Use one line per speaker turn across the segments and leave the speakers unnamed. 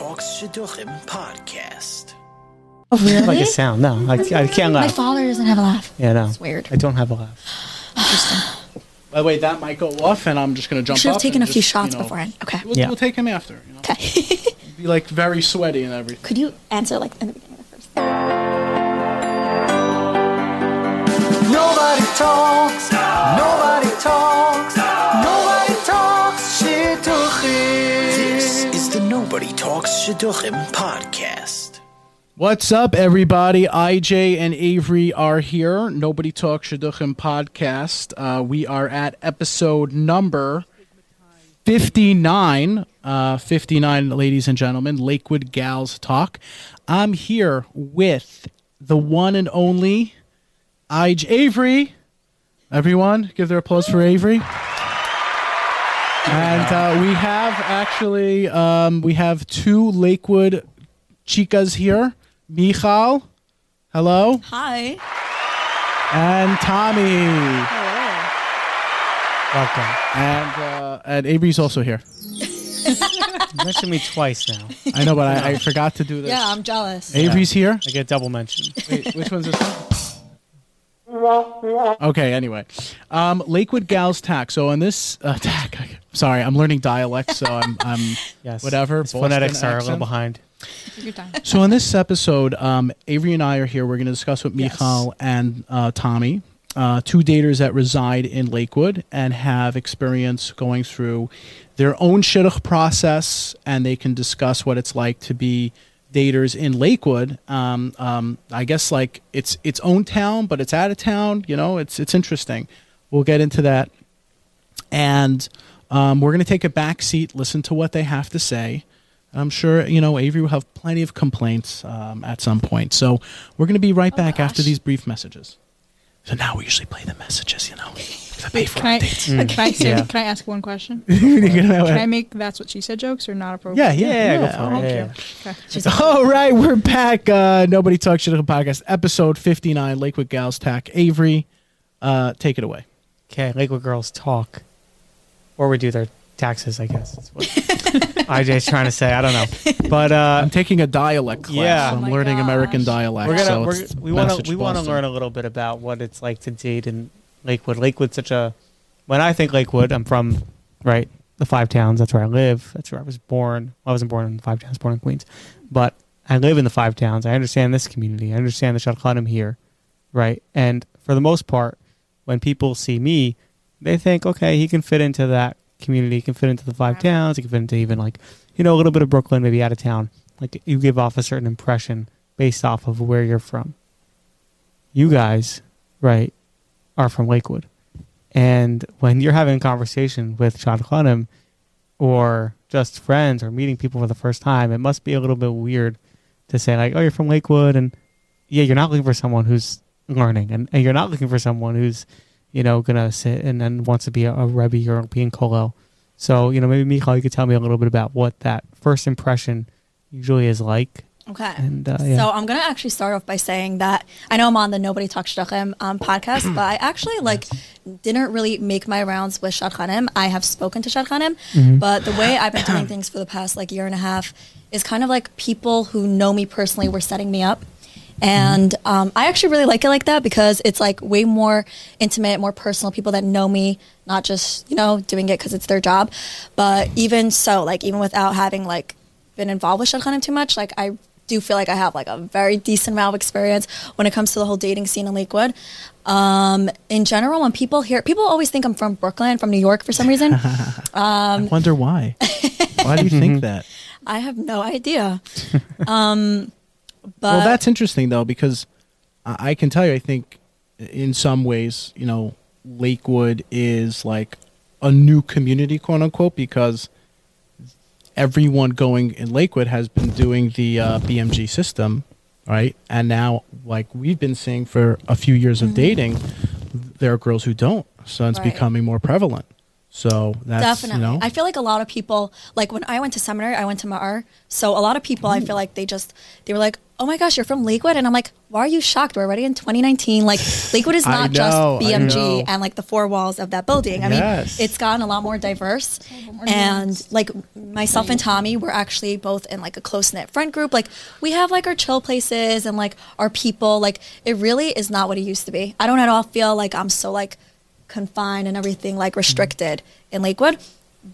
Shidduchim podcast.
Oh, really? like a sound. No, I, I can't
My
laugh.
father doesn't have a laugh.
yeah, no.
It's weird.
I don't have a laugh.
Interesting.
By the way, that might go off, and I'm just going to jump.
Should have
up
taken
and
a few
just,
shots
you know,
beforehand. Okay.
We'll,
Yeah.
we'll take him after. You know?
Okay.
Be like very sweaty and everything.
Could you answer like in the beginning of the first?
Nobody talks. Nobody talks. Nobody talks. Shidduchim.
This is the Nobody Talks Shidduchim podcast. What's up, everybody? IJ and Avery are here. Nobody Talks Shidduchim podcast. Uh, we are at episode number 59. Uh, 59, ladies and gentlemen, Lakewood Gals Talk. I'm here with the one and only IJ Avery. Everyone, give their applause for Avery. And uh, we have actually um, we have two Lakewood chicas here. Michal, hello,
Hi.
and Tommy,
Welcome.
and uh, and Avery's also here.
You mentioned me twice now.
I know, but I, I forgot to do this.
Yeah, I'm jealous.
Avery's here.
I get double mention.
Wait, which one's this one? Okay, anyway. Um, Lakewood Gals Tack. So on this uh, tack, sorry, I'm learning dialect, so I'm, I'm
Yes.
whatever.
His
Boston
phonetics are a little
accent.
behind.
You're done.
So in this episode, um, Avery and I are here. We're going to discuss with Michal and uh, Tommy, uh, two daters that reside in Lakewood and have experience going through their own shidduch process, and they can discuss what it's like to be daters in Lakewood. Um, um, I guess like it's its own town, but it's out of town. You know, it's it's interesting. We'll get into that and um, we're going to take a back seat, listen to what they have to say. I'm sure you know Avery will have plenty of complaints um, at some point, so we're going to be
Oh,
right back after these brief messages. So now we usually play the messages, you know. If I pay for
Can I,
updates.
Mm.
can, I say,
Yeah.
can I ask one question?
You're gonna-
Can I make that's what she said jokes or not appropriate?
yeah, yeah, yeah,
go for it.
I'll-
Yeah, yeah.
All right, we're back. Uh, Nobody talks shit on the podcast, episode 59, Lakewood Gals Tack. Avery, uh, take it away.
Okay, Lakewood girls talk, or we do their taxes. I guess. That's what IJ's trying to say. I don't know, but uh,
I'm taking a dialect class.
Yeah.
so
Oh
I'm
my
learning
gosh.
American dialect.
we're
so
gonna we're,
it's
we want
message
to we want to
Boston.
learn a little bit about what it's like to date in Lakewood. Lakewood's such a when I think Lakewood, I'm from right the Five Towns. That's where I live. That's where I was born. Well, I wasn't born in the Five Towns, born in Queens, but I live in the Five Towns. I understand this community. I understand the Shadchanim here, right? And for the most part, when people see me, they think, okay, he can fit into that community. He can fit into the Five
Right.
Towns. He can fit into even like you know a little bit of Brooklyn, maybe out of town. Like you give off a certain impression based off of where you're from. You guys, right, are from Lakewood. And when you're having a conversation with Sean Clunham or just friends or meeting people for the first time, it must be a little bit weird to say, like, oh, you're from Lakewood. And yeah, you're not looking for someone who's learning. And, and you're not looking for someone who's, you know, going to sit and then wants to be a, a Rebbe or being Kollel. So, you know, maybe Michal, you could tell me a little bit about what that first impression usually is like.
Okay.
And, uh, yeah.
So I'm gonna actually start off by saying that I know I'm on the Nobody Talks Shadchanim um, podcast, but I actually like didn't really make my rounds with Shadchanim. I have spoken to Shadchanim,
Mm-hmm.
but the way I've been doing things for the past like year and a half is kind of like people who know me personally were setting me up. And um, I actually really like it like that because it's like way more intimate, more personal. People that know me, not just you know doing it because it's their job, but even so, like even without having like been involved with Shadchanim too much, like I do feel like I have like a very decent amount of experience when it comes to the whole dating scene in Lakewood. Um, in general, when people hear people always think I'm from Brooklyn, from New York for some reason.
I wonder why. why do you
Mm-hmm.
think that?
I have no idea. Um, but
Uh,
well, that's interesting though because I I can tell you, I think in some ways, you know, Lakewood is like a new community, quote unquote, because everyone going in Lakewood has been doing the uh, BMG system, right? And now, like we've been seeing
Mm-hmm.
for a few years of dating, there are girls who don't, so it's
Right.
becoming more prevalent. So that's
Definitely.
You know,
I feel like a lot of people, like when I went to seminary, I went to Ma'ar. So a lot of people,
Mm-hmm.
I feel like they just, they were like, oh my gosh, you're from Lakewood. And I'm like, why are you shocked? We're already in 2019. Like, Lakewood is
I
not
know, I
just
know.
BMG and like the four walls of that building. I
Yes.
mean, it's gotten a lot more diverse. And like myself and Tommy, we're actually both in like a close knit friend group. Like, we have like our chill places and like our people. Like, it really is not what it used to be. I don't at all feel like I'm so like, confined and everything like restricted in Lakewood.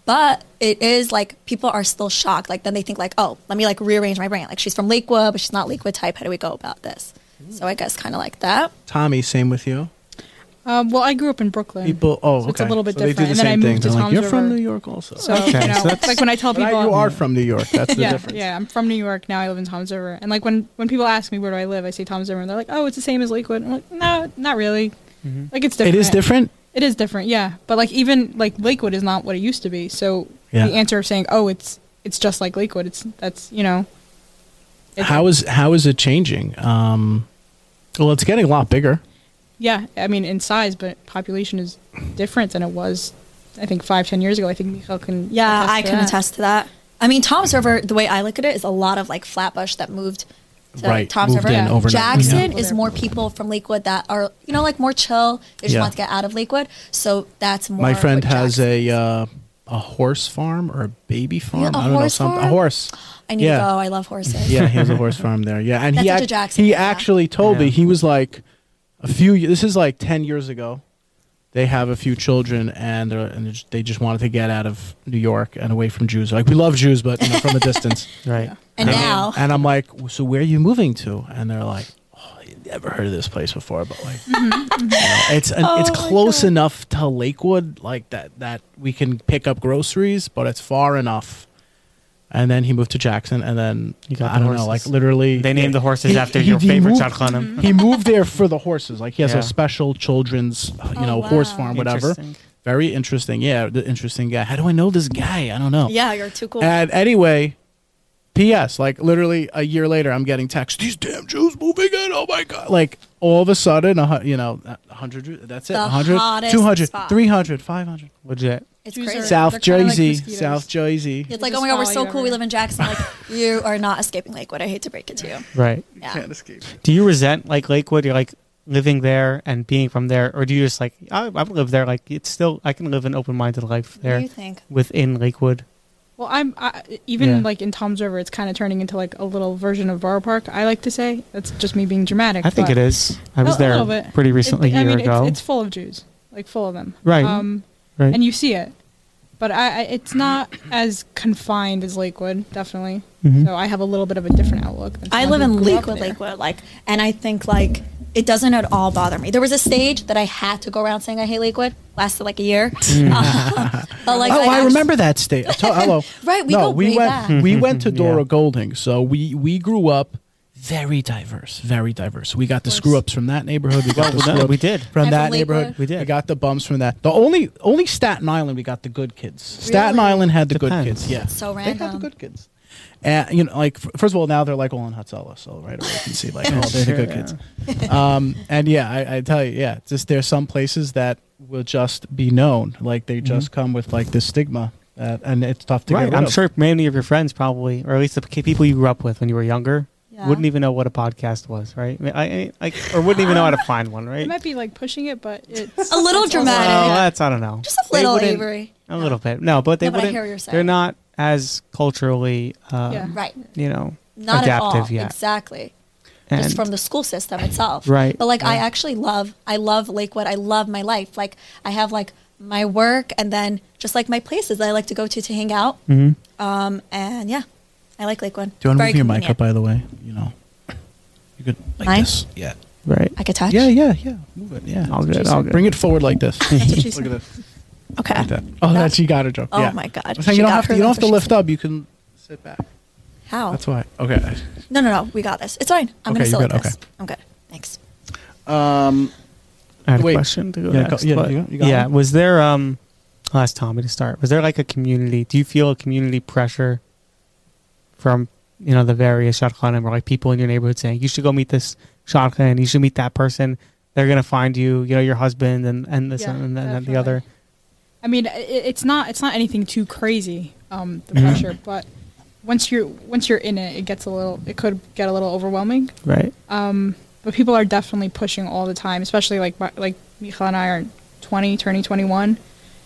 But it is like people are still shocked. Like then they think like, oh, let me like rearrange my brain. Like she's from Lakewood, but she's not Lakewood type. How do we go about this? So I guess kind of like that.
Tommy, same with you.
Um, well, I grew up in Brooklyn.
People, oh,
So it's a
okay.
little bit
So they do
different.
the
And then
same
I
thing.
moved to
They're like,
Tom's
you're from
River."
New York, also.
So
Okay,
you know,
so
it's like when I tell
But I-
people,
you are from New York. That's the
yeah,
difference.
yeah, I'm from New York now. I live in Tom's River, and like when when people ask me where do I live, I say Tom's River, and they're like, oh, it's the same as Lakewood. I'm like, no, not really.
Mm-hmm.
Like it's
It
different.
is different.
It is different, yeah. But like even like Lakewood is not what it used to be. So
Yeah.
the answer of saying, oh, it's it's just like Lakewood. It's that's you know. it's-
How is how is it changing? Um, well, it's getting a lot bigger.
Yeah, I mean in size, but population is different than it was. I think five, ten years ago. I think Michael can.
Yeah, I
to
can
that.
attest to that. I mean, Tom's River. The way I look at it is a lot of like Flatbush that moved to
Right,
Tom's
moved
River.
in overnight,
Jackson
yeah.
is more people from Lakewood that are you know like more chill. They just
Yeah.
want to get out of Lakewood, so that's more.
My friend
what
has
Jackson
a
is.
uh, a horse farm or a baby farm.
a
I don't know
horse
something. A
farm?
horse.
I need
yeah.
to go. I love horses.
Yeah, he has a horse farm there. Yeah, and he
That's such a
act-
Jackson
he
thing, yeah.
actually told me
Yeah.
he was like a few. ye- This is like ten years ago. They have a few children, and they're, and they're just- they just wanted to get out of New York and away from Jews. Like we love Jews, but you know, from a distance.
Right.
And now
and I'm like, so where are you moving to? And they're like, oh, I never heard of this place before, but like, you know, it's an, it's
Mm-hmm, Oh my
close
God.
enough to Lakewood, like that that we can pick up groceries, but it's far enough. And then he moved to Jackson, and then
You got
I
the
don't know, like
horses.
literally,
They named the horses
He-
after
he-
your
he
favorite
moved-
Chad Hunnam.
He moved there for the horses. Like he has
Yeah.
a special children's, you
Oh,
know, horse
wow.
farm, whatever. Very interesting. Yeah, the interesting guy. How do I know this guy? I don't know.
Yeah, you're too cool.
And anyway, P.S. Like literally a year later, I'm getting texts. These damn Jews moving in. Oh my god! Like all of a sudden, a, hu- you know, a hundred. Jews- That's it.
The
100,
hottest
200,
spot.
300, 500.
Legit.
it's
Jews
crazy.
are-
South
they're kinda like
Jersey,
mosquitoes.
South Jersey.
It's
They
like, oh
just
my god, we're
follow
so
you
cool. We
everywhere.
live in Jackson. Like, you are not escaping Lakewood. I hate to break it to you.
Mm-hmm.
Right.
Yeah.
escape.
Do you resent like Lakewood? You're like living there and being from there, or do you just like I, I would live there? Like it's still I can live an open minded life
What do
there
you think?
within Lakewood.
Well, I'm I, even
Yeah.
like in Tom's River, it's kind of turning into like a little version of Bar Park. I like to say that's just me being dramatic.
I think
but
it is. I was
Oh, A- a little
there
bit.
pretty
it-
recently, a
I
year
mean,
ago.
It's, it's full of Jews, like full of them.
Right.
Um,
right.
and you see it, but I, I it's not as confined as Lakewood, definitely.
Mhm.
So I have a little bit of a different outlook. Than
I
someone who
live in
grew up
Lakewood,
there.
Lakewood, like, and I think like it doesn't at all bother me. There was a stage that I had to go around saying I hate Lakewood. Lasted like a year. Uh, but like,
oh, I,
act-
remember that state. I told- hello.
Right, we
no,
go
we
way
went. hmm.
back.
We went to Dora
Yeah.
Golding, so we we grew up very diverse, very diverse. We got the
course.
screw ups from that neighborhood. We got the
well,
screw
no,
ups
we did.
from
And from
that
Lakewood.
neighborhood.
We did.
We got the bums from that. The only only Staten Island we got the good kids. Staten
Really?
Island had the good
Depends.
kids. Yeah,
So
They had the
random.
good kids. And you know, like f- first of all, now they're like all in Hatsala, so right away you can see like, oh, they're the good
Sure.
kids um, and yeah, I, I tell you, yeah, just there's some places that will just be known, like they just come with like this stigma, uh, and it's tough to get
Right.
rid
I'm
of.
sure many of your friends probably, or at least the k- people you grew up with when you were younger,
Yeah.
wouldn't even know what a podcast was, right? I, mean, I, I, I- or wouldn't even know how to find one, right?
It might be like pushing it, but it's
A little
it's also-
dramatic.
Well, that's I don't know.
Just a
They
little
wouldn't-
Avery.
A little bit. No, but they
No, but I
wouldn't.
hear what you're saying.
They're not as culturally, uh,
Yeah.
Right.
you know,
Not
adaptive
at all.
yet.
Exactly.
And
just from the school system itself.
Right,
But like I
right.
actually love I love Lakewood. I love my life. Like I have like my work and then just like my places that I like to go to to hang out.
Mm.
Mhm.
Um and yeah. I like Lakewood.
Do you want to
Very
move your mic up,
convenient.
by the way? You know, you could like
Mine?
this. Yeah.
right.
I could touch.
Yeah, yeah, yeah. Move it. Yeah.
All good,
Just
all good.
Bring it forward like this.
That's what she
Look at
said.
this.
Okay.
Like that. Oh, that's you got a joke.
Oh
yeah.
my God.
I'm saying
She
you don't
got
have to.
her Oh.
You don't have to
that's what she
lift up. You can sit back.
How?
That's why. Okay.
No, no, no. We got this. It's fine. I'm
Okay,
gonna still
you're
like
good.
this.
Okay.
I'm good. Thanks.
Um.
I had
Wait.
a question to go
Yeah, go-
next.
yeah,
but-
you got- you got
yeah,
one?
was there um I'll ask Tommy to start. Was there like a community do you feel a community pressure from you know the various shotgun or like people in your neighborhood saying you should go meet this shotgun, you should meet that person, they're gonna find you, you know, your husband and, and this
Yeah,
and, and, and the
definitely.
other.
I mean, i it's not it's not anything too crazy. Um, the
Mm-hmm.
pressure, but once you're once you're in it, it gets a little. It could get a little overwhelming.
Right.
Um, but people are definitely pushing all the time, especially like my- like Michal and I are 20, turning 21.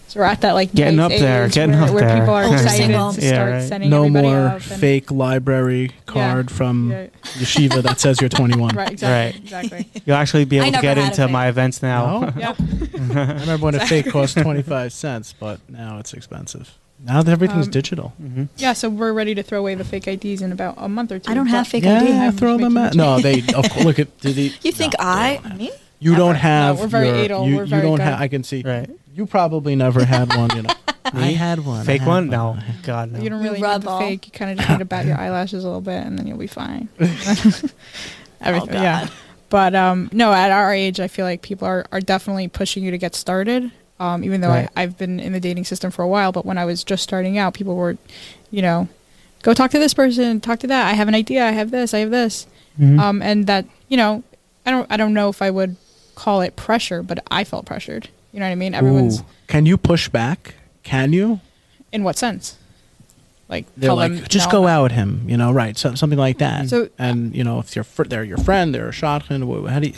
So we're at that like
Getting
nice
up there,
age
getting
where,
up
where
there.
people are
Older
excited
single.
to
Yeah,
start
right.
sending
No
everybody
more
up and-
fake library card from
Yeah.
yeshiva that says you're 21.
Right, exactly,
Right.
exactly.
You'll actually be
I
able to
never
get
had a
into
fake.
my events now.
No?
Yeah.
I remember when a fake cost 25 cents, but now it's expensive. Now that everything's
Um,
digital.
hmm
Yeah, so we're ready to throw away the fake IDs in about a month or two.
I don't have
but-
fake
yeah,
ID.
I'm
throw them
making
out. No, they of course, look at do the,
You think
no,
I me?
you don't
Ever.
have
No, we're very
your-
anal,
you,
we're
you
very
don't
good.
have I can see
Right.
you probably never had one, you know. I had one. I
Fake
had
one? No. God, no.
You don't
You
really
rub
need the
all.
fake. You kind of just need to bat your eyelashes a little bit, and then you'll be fine. Everything,
Oh, God.
yeah. But um, no, at our age, I feel like people are, are definitely pushing you to get started. Um, even though
Right.
I, I've been in the dating system for a while, but when I was just starting out, people were, you know, go talk to this person, talk to that. I have an idea. I have this. I have this.
Mhm.
Um, and that you know, I don't I don't know if I would call it pressure, but I felt pressured. You know what I mean? Everyone's
Ooh. Can you push back? Can you?
in what sense? Like
They're
tell
like,
them,
just
"No,
go out him, you know, right? So, something like that.
So- uh,
and you know, if you're fr- they're your friend, they're a shotgun. wh- How do you?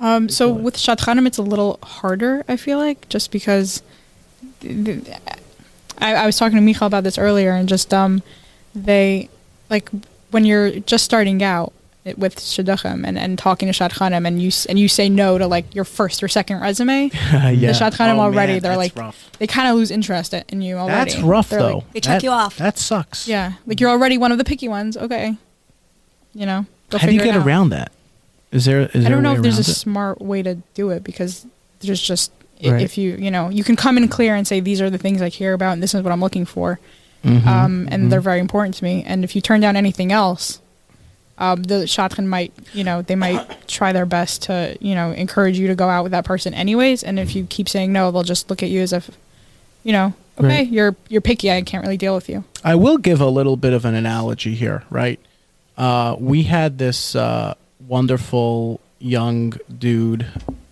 Um, so
feel it?
with Shatranam, it's a little harder, I feel like, just because th- th- I, I was talking to Michal about this earlier, and just um, they like when you're just starting out it- with Shidduchim and, and talking to Shatranam, and you s- and you say no to like your first or second resume,
yeah.
Shatranam
Oh,
already,
man,
they're
that's
like-
rough.
they kind of lose interest i- in you already.
that's rough
They're
though.
like-
They check
That-
you off.
That sucks.
yeah, like you're already one of the picky ones. Okay, you know. go
How do you
figure it
get
out.
around that? Is there? Is
I
there
don't
a
know
way
if there's a
around it?
smart way to do it because there's just i
Right.
if you you know you can come in clear and say these are the things I care about and this is what I'm looking for,
Mhm.
um, and they're very important to me. And if you turn down anything else, um, the shotgun might you know they might try their best to you know encourage you to go out with that person anyways. And if you keep saying no, they'll just look at you as if you know okay
Right.
you're you're picky. I can't really deal with you.
I will give a little bit of an analogy here, right? Uh, we had this uh, wonderful young dude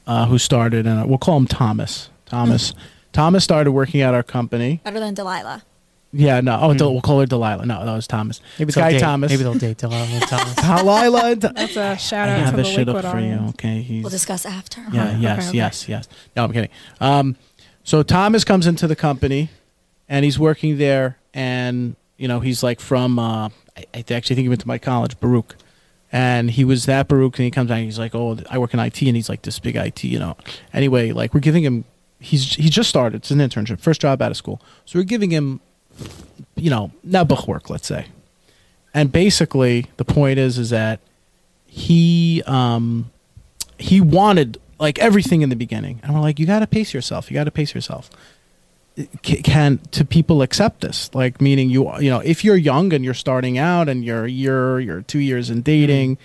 uh, who started, and we'll call him Thomas.
Mm.
Thomas. Thomas started working at our company.
Better than Delilah.
Yeah, no. Oh, Del- we'll call her Delilah. No, that was Thomas.
Hmm. Maybe they'll
Sky
date.
Thomas.
Maybe they'll date Delilah Thomas.
Delilah. and Th-
That's a shout
I
out
have
to
a
the
shit
liquid
up for you.
audience.
Okay, he's
We'll discuss after.
yeah,
Okay,
yes,
okay.
yes, yes. No, I'm kidding. Um, so Thomas comes into the company, and he's working there, and you know he's like from. Uh, I, I actually think he went to my college, Baruch, and he was that Baruch, and he comes out, and he's like, "Oh, I work in IT," and he's like this big IT, you know. Anyway, like we're giving him. He's he just started. It's an internship, first job out of school. So we're giving him, you know, Nebuch work, let's say. And basically, the point is, is that he um, he wanted like everything in the beginning, and we're like, you got to pace yourself. You got to pace yourself. C- can to people accept this? Like, meaning you you know, if you're young and you're starting out and you're a year, you're two years in dating,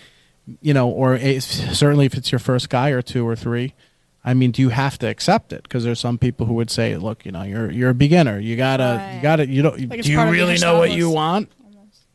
you know, or if, certainly if it's your first guy or two or three. I mean, do you have to accept it? Because there's some people who would say, "Look, you know, you're you're a beginner. You gotta, you
Right.
gotta, you don't.
Like it's
do you
part of being
really know what
established.
you want?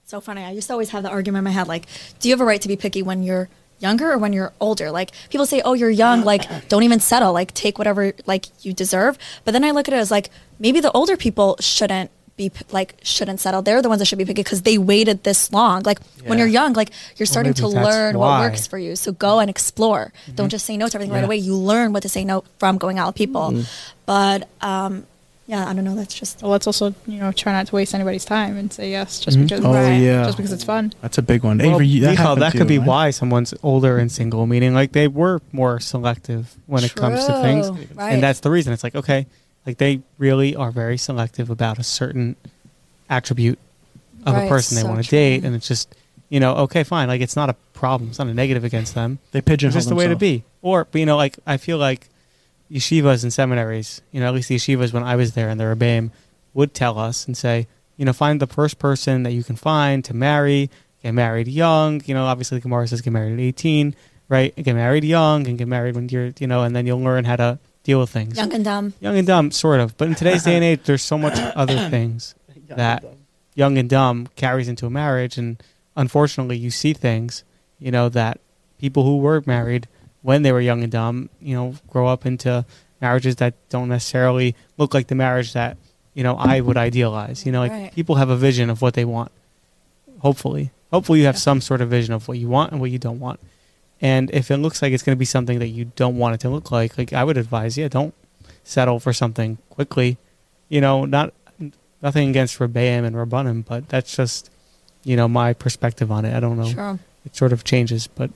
So funny. I used to always have the argument in my head like, do you have a right to be picky when you're younger or when you're older? Like people say, oh, you're young. Like don't even settle. Like take whatever like you deserve. But then I look at it as like maybe the older people shouldn't be p- like shouldn't settle. They're the ones that should be picky because they waited this long. Like when
Yeah.
you're young, like you're starting
maybe
to
that's
learn
why. Mm-hmm.
what works for you. So go and explore. Don't just say no to everything right
Yeah.
away. You learn what to say no from going out with people.
Mm-hmm.
But um, yeah, I don't know. That's just
Well, let's also you know try not to waste anybody's time and say yes just because
Oh
Right.
yeah,
just because it's fun.
That's a big one.
Well,
Avery, you- that,
Michal,
happened
that
to
could
you,
be
right?
why someone's older and single, meaning like they were more selective when it comes to things.
True. Right.
And that's the reason. It's like, okay, like they really are very selective about a certain attribute of a
Right,
person they
so
want to
true.
date. And it's just, you know, okay, fine. Like it's not a problem. It's not a negative against them.
They
It's
pigeonhole
just the way to
themselves.
be. Or, but, you know, like I feel like yeshivas and seminaries, you know, at least the yeshivas when I was there and the Rebbeim would tell us and say, you know, find the first person that you can find to marry, get married young. You know, obviously the Gemara says get married at 18, right? Get married young and get married when you're, you know, and then you'll learn how to deal with things.
young and dumb.
Young and dumb, sort of. But in today's day and age, there's so much other things that young and dumb carries into a marriage. And unfortunately, you see things, you know, that people who were married when they were young and dumb, you know, grow up into marriages that don't necessarily look like the marriage that you know I would idealize. You know, like
Right.
people have a vision of what they want. Hopefully, hopefully you have some sort of vision of what you want and what you don't want. And if it looks like it's going to be something that you don't want it to look like, like I would advise, yeah, don't settle for something quickly. You know, not nothing against Rebbeim and Rabbanim, but that's just you know my perspective on it. I don't know.
Sure.
It sort of changes, but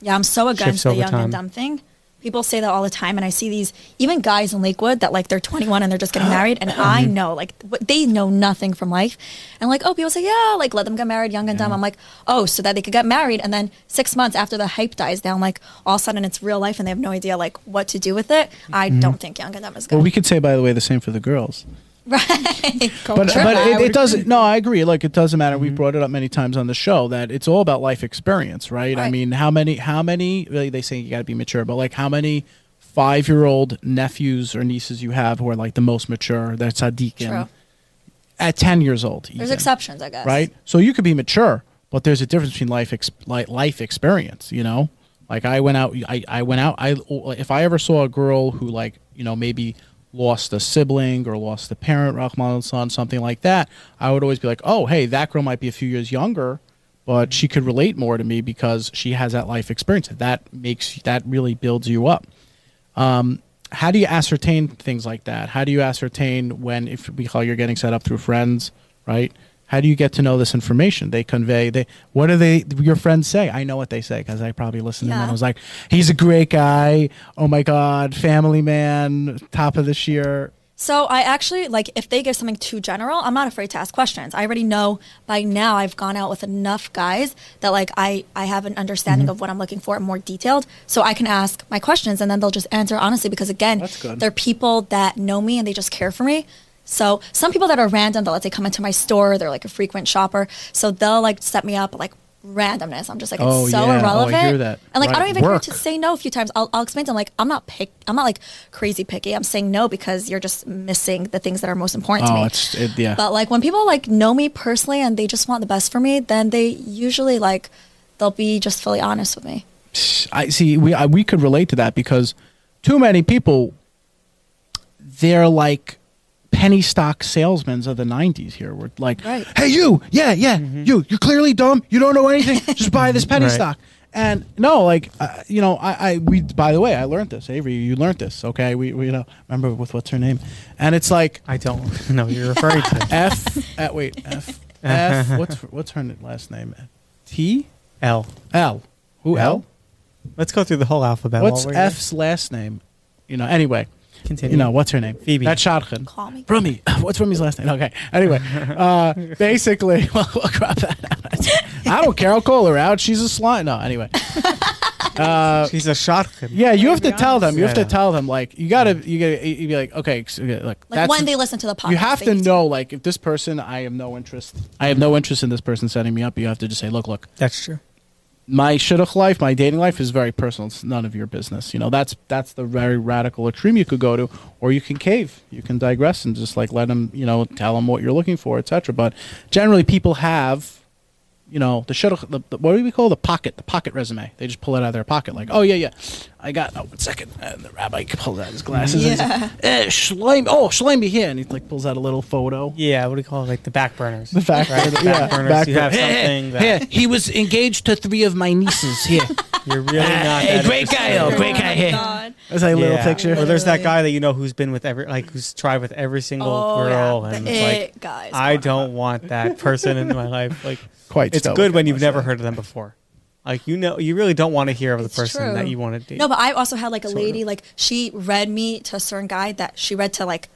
Yeah, I'm so
Shifts
against the
over
young
time.
and dumb thing. People say that all the time, and I see these even guys in Lakewood that like they're 21 and they're just getting married, and I
Mm-hmm.
know like what- they know nothing from life, and like oh people say yeah like let them get married young and dumb. I'm like oh so that they could get married, and then six months after the hype dies down, like all of a sudden it's real life and they have no idea like what to do with it. I don't think young and dumb is good.
Mm-hmm. Well, we could say, by the way, the same for the girls.
right?
Go
but
sure,
but
I
it,
would
it doesn't.
agree.
No, I agree. Like it doesn't matter. We've brought it up many times on the show that it's all about life experience, right? I
Right.
mean, how many? How many? Really, they say you got to be mature, but like how many five-year-old nephews or nieces you have who are like the most mature? That's a deacon
True.
at ten years old.
There's
even,
exceptions, I guess.
right? So you could be mature, but there's a difference between life ex- like life experience. You know, like I went out. I I went out. I if I ever saw a girl who like you know maybe lost a sibling or lost a parent, Rahman son, something like that, I would always be like, oh hey, that girl might be a few years younger. But she could relate more to me because she has that life experience. That makes that really builds you up how do you ascertain things like that? How do you ascertain when, if we call you're getting set up through friends, right? How do you get to know this information? They convey they. What do they? Your friends say. I know what they say because I probably listened to them. And
Yeah.
I was like, "He's a great guy. Oh my god, family man, top of this year."
So I actually like if they give something too general, I'm not afraid to ask questions. I already know by now I've gone out with enough guys that like I I have an
Mm-hmm.
understanding of what I'm looking for more detailed, so I can ask my questions and then they'll just answer honestly because again,
That's good.
they're people that know me and they just care for me. So some people that are random, they'll let's say come into my store, they're like a frequent shopper, so they'll like set me up like randomness. I'm just like it's
Oh,
so
yeah. Oh, I
irrelevant,
hear that.
and like I
Right.
don't even care
Work.
to say no a few times. I'll, I'll explain to them like I'm not pick, I'm not like crazy picky. I'm saying no because you're just missing the things that are most important to me.
Oh, it's it, yeah.
but like when people like know me personally and they just want the best for me, then they usually like they'll be just fully honest with me.
I see. We I, we could relate to that because too many people they're like penny stock salesmen of the '90s. Here, we're like,
Right.
"Hey, you, yeah, yeah, you, you're clearly dumb. You don't know anything. Just buy this penny
Right.
stock." And no, like, uh, you know, I, I, we. By the way, I learned this, Avery. You learned this, okay? We, we you know, remember with what's her name, and it's like
I don't know you're referring to.
F. uh, wait, F. F. What's what's her last name? T.
L.
L. Who
L?
L?
Let's go through the whole alphabet.
What's
while we're
F's last name? You know, anyway.
Continue.
You know, what's her name?
Phoebe.
That's Shadchan.
Call me.
Rumi. What's Rumi's last name? Okay. Anyway, uh, basically, well, we'll crop that out. I don't care. I'll call her out. She's a slut. No, anyway. Uh,
Here. She's a shotgun.
Yeah, you have to tell them. You have to
Yeah.
tell them, like, you got to, you got to, you be like, okay, ex- okay, look.
Like when they listen to the podcast,
You have
they
to
need
know, like, if this person, I have no interest. I have no interest in this person setting me up. You have to just say, look, look,
That's true.
my shidduch life, my dating life is very personal. It's none of your business. You know, that's that's the very radical extreme you could go to, or you can cave. You can digress and just like let them, you know, tell them what you're looking for, etc. But generally, people have, you know, the shidduch. The, the, what do we call the pocket? The pocket resume. They just pull it out of their pocket, like, oh yeah, yeah, I got. Oh, one second. And the rabbi pulls out his glasses. and he's like, eh, Shloim, oh, Shloim be here, and he like pulls out a little photo.
Yeah, what do you call it? Like the back burners.
The fact
right?
that
The
yeah,
back burners.
back
you have
burner. Here,
something that
here, he was engaged to three of my nieces here.
you're really not.
Hey,
that
great guy, oh, great guy here.
God.
That's like a little
Yeah.
picture.
Or there's that
Literally.
guy that you know who's been with every, like, who's tried with every single
Oh, yeah.
girl,
The
and it's
it
like,
guys
I
going
don't want that person in my life. Like,
Quite
It's
stoic,
good when
I
you've
must
never
say.
heard of them before. Like, you know, you really don't want to hear of the
It's
person
true.
that you want to date.
No, but I also had like a lady, like she read me to a certain guy that she read to like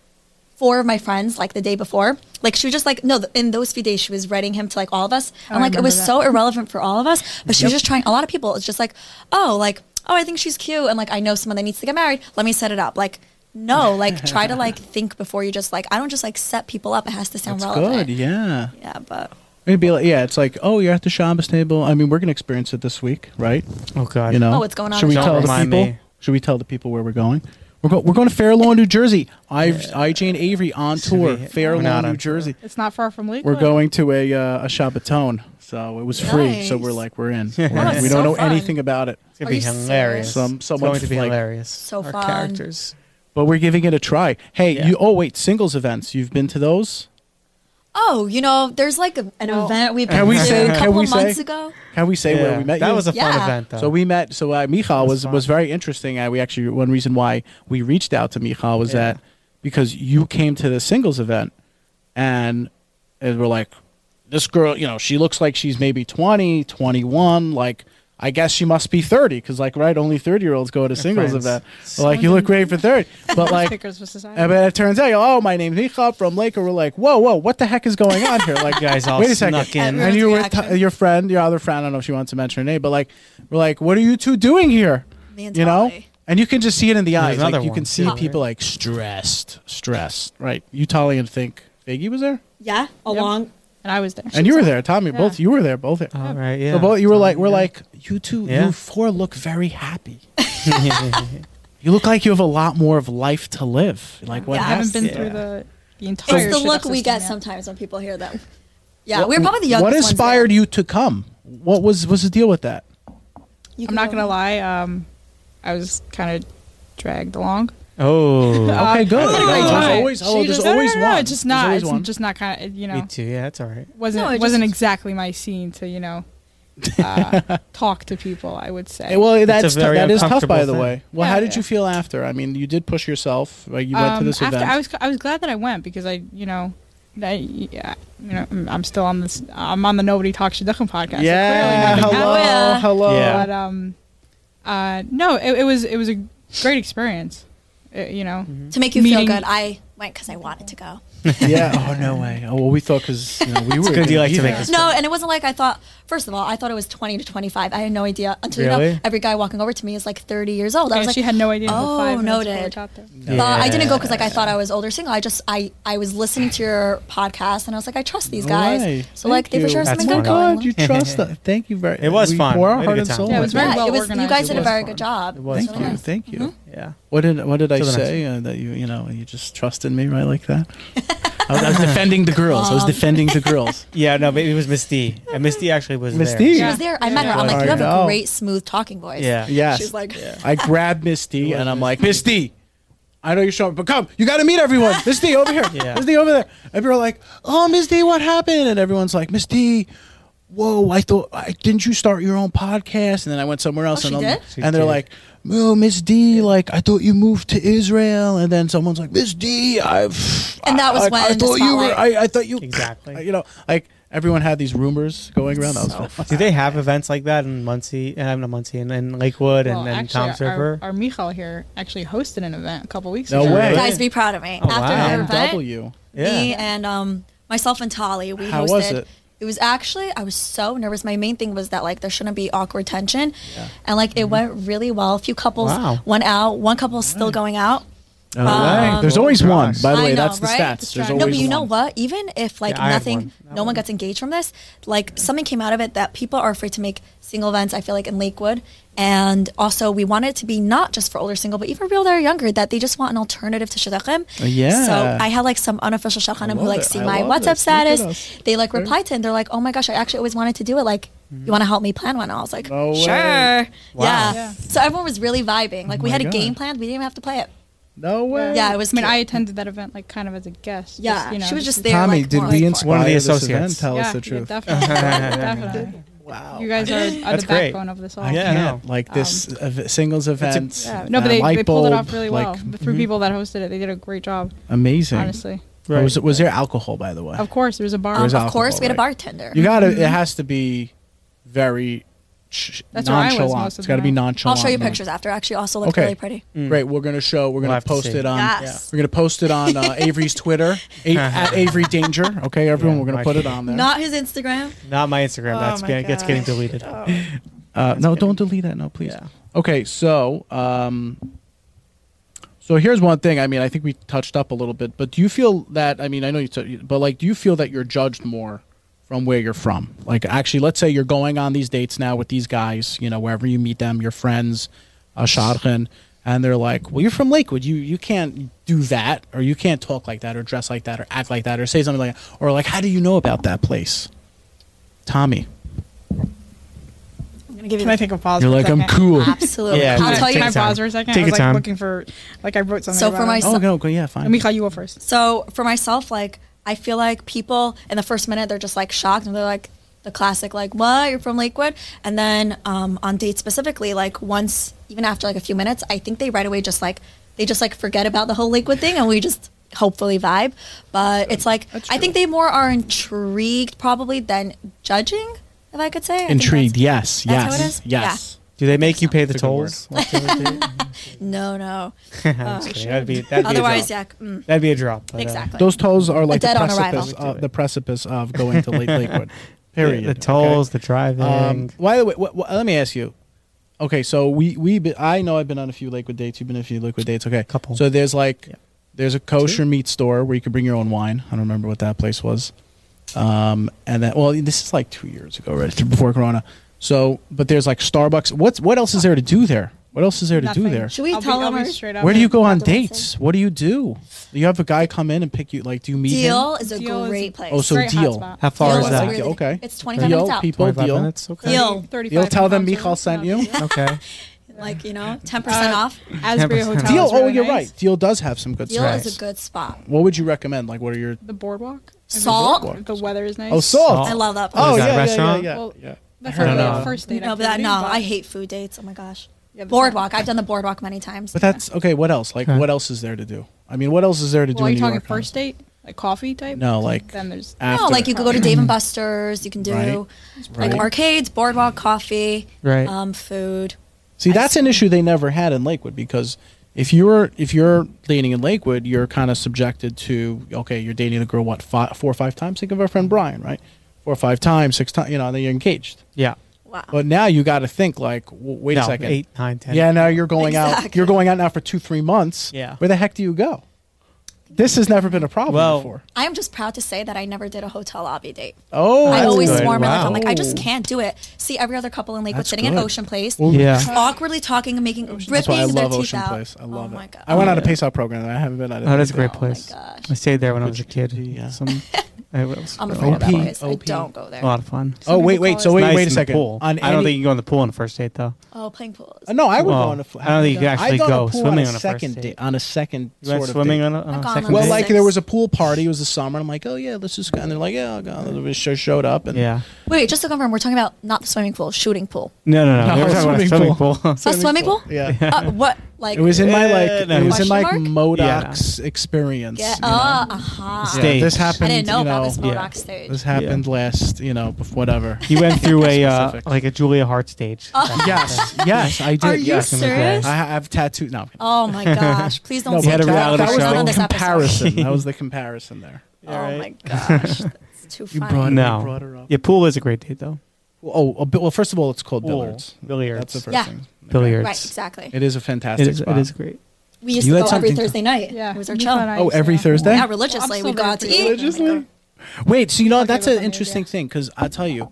four of my friends like the day before. Like she was just like, no, th- in those few days she was reading him to like all of us. I'm
I
like, it was
remember
so irrelevant for all of us, but she was just trying, a lot of people, it's just like, oh, like, oh, I think she's cute. And like, I know someone that needs to get married. Let me set it up. Like, no, like try to like think before you just like, I don't just like set people up. It has to sound
That's
relevant.
good. Yeah.
Yeah, but
It'd be like, yeah, it's like, oh, you're at the Shabbos table. I mean, we're gonna experience it this week, right?
oh, God.
You know.
Oh, what's going on
Should we
at
tell the
Shabbos? Don't
people?
remind me.
Should we tell the people where we're going? We're, go- we're going to Fair Lawn, New Jersey. I, I Jane Avery on
Should
tour.
we-
Fair
we're not
Lawn, New
on tour.
Jersey.
It's not far from Lakewood.
We're going to a uh, a Shabbaton, so it was free. So
Nice.
we're like, we're in.
Yeah.
We're in.
Oh,
We
it's
don't
so
know
fun.
anything about it.
It's going to
Are
be
you serious?
hilarious.
Some-
It's
someone's
going to be
like-
hilarious.
So
Our
fun.
characters.
but we're giving it a try. Hey,
Yeah.
you. Oh wait, singles events. You've been to those?
Oh, you know, there's like a, an event we've been
Can we
to
say-
a
can
couple
we
months
say-
ago.
Can we say where we met?
That
you?
was a fun
Yeah.
event, though.
So we met. So uh, Michal
That's
was
fun.
was very interesting. Uh, we actually one reason why we reached out to Michal was
Yeah.
that because you came to the singles event, and, and we're like, this girl, you know, she looks like she's maybe 20, 21, like. I guess she must be 30 because, like, right, only 30 year olds go to singles
friends.
event. We're like, you look great for 30. But, like,
Pickers for society.
and then it turns out, oh, my name's Michal from Laker. We're like, whoa, whoa, what the heck is going on here? Like,
guys all
wait a second.
snuck in.
And you were
Everyone's
t-
reaction.
your friend, your other friend. I don't know if she wants to mention her name, but like, we're like, what are you two doing here?
Me and
you know,
Tali.
and you can just see it in the eyes. Like,
another
you
one,
can see
too,
people like stressed, stressed. Right? You, Tali, and think Figgy was there,
Yeah, along.
and I was there.
and you were there, Tommy.
Yeah.
Both you were there, both. There.
All right, Oh, yeah.
So both you were like, we're like, you two,
Yeah.
you four look very happy. You look like you have a lot more of life to live. Like what
Yeah, I
I haven't
happened?
been
Yeah.
through the the entire.
It's the
shit-up
look we
system
get
yet.
sometimes when people hear that. Yeah, we were probably the youngest.
What
ones
inspired
there.
you to come? What was was the deal with that?
You
I'm
can
not
go.
gonna lie. Um, I was kind of dragged along.
oh,
Okay, good.
It was a great
There's
time.
always- oh,
She
there's
just- no, no,
always
no, no,
one.
It's just
There's
not.
always
It's
one.
just not kind of you know.
me too. Yeah, that's all right.
wasn't
No, it
wasn't
just-
exactly my scene to you know uh, talk to people. I would say.
Eh, Well, that's
a
tou-
very
that is tough,
uncomfortable
by the
thing.
way. Well,
Yeah,
how did
yeah.
you feel after? I mean, you did push yourself. Right? You went to
Um,
this
after,
event.
I was I was glad that I went because I you know I, yeah, you know I'm- I'm still on this I'm on the Nobody Talks Shidduchim podcast. so
yeah.
clearly nothing
Hello.
happened.
Oh, Yeah.
Hello.
Yeah.
But um, uh, no, it, it was it was a great experience. Uh, you know,
Mm-hmm.
to make you
meeting-
feel good. I went because I wanted to go.
yeah. Oh no way. Oh well, we thought because you know, we were.
good you
gonna
like
be
to make
there.
us-
No, and it wasn't like I thought. First of all, I thought it was 20 to 25. I had no idea until you
Really?
know every guy walking over to me is like 30 years old. I
and
was like,
she had no idea. until
oh,
five minutes before
noted.
we got there.
But I didn't go because like I thought I was older single. I just I I was listening to your podcast and I was like I trust these
All
guys.
right.
So
Thank
like they for
you.
sure have
That's
something
Oh my
good
fine.
going.
God, you trust us. Thank you very.
It was
we
fun.
Pour our
We had a
heart
good
and
time.
soul.
Yeah, it was
into
very
yeah,
well
it was, you
organized.
guys
It
did a
was
very
fun.
good job.
It was
So
Thank you.
nice.
Thank you.
Yeah.
What did what did I
To the next
say uh, that you you know you just trusted me right like that? I was, I was defending the girls. I was defending the girls.
Yeah, no, but it was Miss D. And Miss D actually was
Miss
there.
D?
She
Yeah.
was there. I met her.
Yeah.
I'm like, you
I
have a
know.
great smooth talking voice.
Yeah.
Yes.
She's like,
I grab Miss D
It was
and I'm
Miss
like,
D.
Miss D, I know you're showing, but come, you got to meet everyone. Miss D over here.
Yeah.
Miss D over there. And people are like, oh, Miss D, what happened? And everyone's like, Miss D, whoa, I thought, I, didn't you start your own podcast? And then I went somewhere else.
Oh,
and
she
I'm-
did?
She
and they're
did.
like, oh, Miss D, like, I thought you moved to Israel. And then someone's like, Miss D, I've.
And that was
I,
when
I
the
thought you were,
spotlight-
I, I thought you.
Exactly.
You know, like, everyone had these rumors going around. I was like,
Do they have events like that in Muncie? Uh, not Muncie, in, in Lakewood
Well,
and, and
actually,
Tom's
our,
River?
our Michal here actually hosted an event a couple weeks
No
ago.
way.
guys, be proud of me.
Oh,
After
wow.
her
Yeah.
event,
MW.
me
yeah.
and um myself and Tali, we
How
hosted.
was it?
It was actually I was so nervous. My main thing was that like there shouldn't be awkward tension, and like it went really well. A few couples
Mm-hmm. Wow.
went out, one couple's still going out.
All
Um,
right. There's always
Gosh.
one. By the
I
way,
know,
that's the
right?
stats. There's
No,
always
no, but you know
one.
what? Even if like
Yeah, I had
nothing,
one. That
no
one.
one gets engaged from this. Like something came out of it that people are afraid to make single events. I feel like in Lakewood, and also we want it to be not just for older single, but even people that are younger that they just want an alternative to shidduchim.
Uh, yeah.
So I had like some unofficial shadchanim who
love
like
it.
see
I
my
love
WhatsApp
this. Look at us.
status. They like
Very-
replied to and they're like, "Oh my gosh, I actually always wanted to do it. Like, you want to help me plan one?" I was like,
No way.
"Sure."
Wow.
Yeah.
Yeah.
So everyone was really vibing. Like we
Oh my
had a
God.
game plan. We didn't even have to play it.
No way.
Yeah, it
I
was.
mean,
cute.
I attended that event like kind of as a guest.
Yeah,
you know,
she was just there.
Tommy,
like,
did
more
we
like-
inspire
One of the
this event?
associates.
Tell
yeah,
us the
yeah,
truth.
Definitely, definitely.
Wow.
You guys are, are
That's
the
great.
backbone of this all.
I
Yeah, I
can't.
know.
Like this ev- singles event.
Um, Yeah, no, but
uh,
they,
light
they pulled it
bulb,
off really well.
like, mm-hmm.
the 3 people that hosted it, they did a great job.
Amazing.
Honestly,
Oh, Was, was there alcohol, by the way?
of course, there was a bar.
There was
of course, we had a
alcohol,
bartender.
You gotta. It has to be very ch-
That's where I was
nonchalant.
most of
it's gotta
the
be
night.
I'll
nonchalant.
show you pictures after. Actually, also looked
Okay.
really pretty.
Great. We're gonna show. We're gonna
have to
post
see.
it on.
Yes.
We're gonna post it on uh, Avery's Twitter a- at Avery Danger. Okay, everyone.
Yeah,
we're gonna
my
put it
favorite.
on there.
Not his Instagram.
Not my Instagram.
Oh
That's
my
getting, that's getting deleted.
Uh, no, don't delete that. No, please.
Yeah.
Okay, so um, so here's one thing. I mean, I think we touched up a little bit, but do you feel that? I mean, I know you, t- but like, do you feel that you're judged more from where you're from? Like, actually, let's say you're going on these dates now with these guys. You know, wherever you meet them, your friends, uh, Shadchan, and they're like, "Well, you're from Lakewood. You you can't do that, or you can't talk like that, or dress like that, or act like that, or say something like that, or like, how do you know about that place, Tommy?"
gonna give you. Can I take a pause?
You're
for a
like, I'm
second?
cool.
Absolutely.
Yeah,
Can
I'll
I-
tell you
Can I
Take your
pause
time.
for a second?
Take
I
your
was like
time.
looking for like I wrote something.
So for
about
my
it.
son-
Oh, go, go, yeah, fine.
Michal, you go first.
So for myself, like I feel like people in the first minute they're just like shocked and they're like the classic like what you're from Lakewood, and then um, on dates specifically, like once even after like a few minutes, I think they right away just like they just like forget about the whole Lakewood thing and we just hopefully vibe. But it's like
That's
I
true.
think they more are intrigued probably than judging, if I could say I think
Intrigued.
that's-
Yes.
that's how
yes.
it is?
Yes.
Do they make you pay the
It's a good word.
tolls? After the date?
No, no. Uh,
I'm just kidding. That'd be that'd be a
Otherwise,
drop.
yeah. Mm,
That'd be a drop. but, uh,
exactly.
Those tolls are like the
dead on
precipice,
arrival.
of, the precipice of going to Lake Lakewood.
the-
Period.
The
okay?
tolls, the driving.
Um, by the way, wh- wh- let me ask you. Okay, so we we be, I know I've been on a few Lakewood dates. You've been on a few Lakewood dates. Okay,
Couple.
So there's like there's a kosher meat store where you could bring your own wine. I don't remember what that place was. Um, and that well, this is like two years ago, right before Corona. So, but there's like Starbucks. What's what else is there to do there? What else is there to do
Nothing.
there?
Should we
I'll be-
tell
I'll
them
be
or-
straight up.
Where do you go on
Not the right
dates? What do you do? You have a guy come in and pick you. Like, do you meet
Deal
him?
is a
Deal is-
great place.
Oh, so
Great
deal.
hotspot.
How far
Deal
is
Deal
is
is
that?
like,
really-
okay.
it's 25
deal,
minutes out.
People,
25
deal.
minutes? Okay.
Deal.
You'll tell them Michal
Mikal
sent you.
Okay.
like you know, ten percent
Uh,
off.
Asbury
10%.
Hotel. is
Deal. oh,
really
you're
nice.
right. Deal does have some good
Deal
stuff.
right.
is a good spot.
What would you recommend? Like, what are your
The boardwalk. Is it
Salt?
boardwalk? The weather is nice.
oh salt?
I love that place.
Oh
Is
yeah,
that a
yeah,
restaurant?
yeah, yeah,
Well,
yeah.
I
That's not
don't
really
know.
a first date.
No, but that
activity,
no,
but-
I hate food dates. Oh my gosh,
Yeah, the
boardwalk. I've done the boardwalk many times.
But that's okay. What else? Like,
Okay.
what else is there to do? I mean, what else is there to do?
Well, are
in
you
New
talking
York,
first date, like coffee type?
No, like
then there's
after.
no, like you could go to Dave and Buster's. You can do
Right.
like
Right.
arcades, boardwalk, coffee,
Right.
um, food.
See, that's an issue they never had in Lakewood because if you're if you're dating in Lakewood, you're kind of subjected to okay, you're dating a girl what five, four or five times. Think of our friend Brian, right? Four or five times, six times, you know, then you're engaged.
Yeah.
Wow.
But now you got to think like, w- wait
Uh-huh. No,
a second,
eight, nine, ten.
Yeah, now you're going out.
Exactly.
You're going out now for two, three months.
Yeah.
Where the heck do you go? This has never been a problem
Well-
before.
I am just proud to say that I never did a hotel lobby date.
Oh,
I always
good.
swore in my life. I'm like, I
Wow.
just can't do it. See every other couple in Lakewood
That's
sitting in
good.
Ocean Place,
Yeah.
awkwardly talking and making ripping
That's why I
their
love
teeth
Ocean
out.
Place. I love
oh
it.
My God.
I went on a pace out program and I haven't been on it.
Oh, that's a great
Oh,
place.
gosh.
I stayed there when I was a kid.
yeah.
Some, I was
I'm
a
afraid of that
OP,
place. I
OP.
don't go there.
lot of fun.
Oh, wait,
people
wait.
call
So
it-
wait,
Nice
wait
in
a
the
second.
pool.
On
I don't
any-
think you can go in the pool on the first date though.
Oh, playing pool. is-
Uh, No, I would
Well,
go on a. fl-
I don't think you can actually
I've done
go
a pool
swimming
on
on
a
a first
second date.
date.
On a second
You went
sort of
swimming
date.
on a, on
I've
a
gone
second
on
Well,
date.
Six.
like there was a pool party. It was the summer, and I'm like, oh yeah, let's just go. And they're like, yeah, I'll go. And we just showed up, and
yeah.
Wait, just to confirm, we're talking about not the swimming pool, shooting pool.
No, no, no. we were talking about a swimming pool.
A swimming pool?
yeah.
Uh, what? Like
It was in my like
Eh, no.
it was in
Question
my
mark?
Modoc's experience.
Yeah.
you know?
Ah, aha.
Yeah. Oh. Stage.
This happened.
I didn't know
you
about this
know,
Modoc
yeah.
stage.
This happened last, you know, bef- whatever.
you went through a uh,
Specific.
like a Julia Hart stage.
Oh.
yes, yes, I did.
Are you
yes.
serious?
I ha- have tattooed. No, I'm kidding.
oh my gosh! Please don't.
no,
say
had a
that.
reality
that was
show.
not on this episode.
comparison. that was the comparison there.
Oh my gosh, that's too
You
funny.
brought-
no.
You brought her up.
Yeah, pool is a great date though.
Oh, a bit- well, first of all, it's called
Pool.
billiards.
Billiards.
That's the first
Yeah.
thing. Okay.
Billiards.
Right, exactly.
It is a
It
fantastic
is, it
spot.
is great.
We used
You
to
had
go every
something to-
Thursday night.
Yeah,
It was our
Michal
chill.
and I
Oh,
used to
every
go.
Thursday?
Yeah,
Well,
religiously
I'm
we
still
go
there
out to
for
eat.
you.
Religiously? Wait, so you know
Okay,
that's
that's on
an
me,
interesting
yeah.
thing because I'll tell you,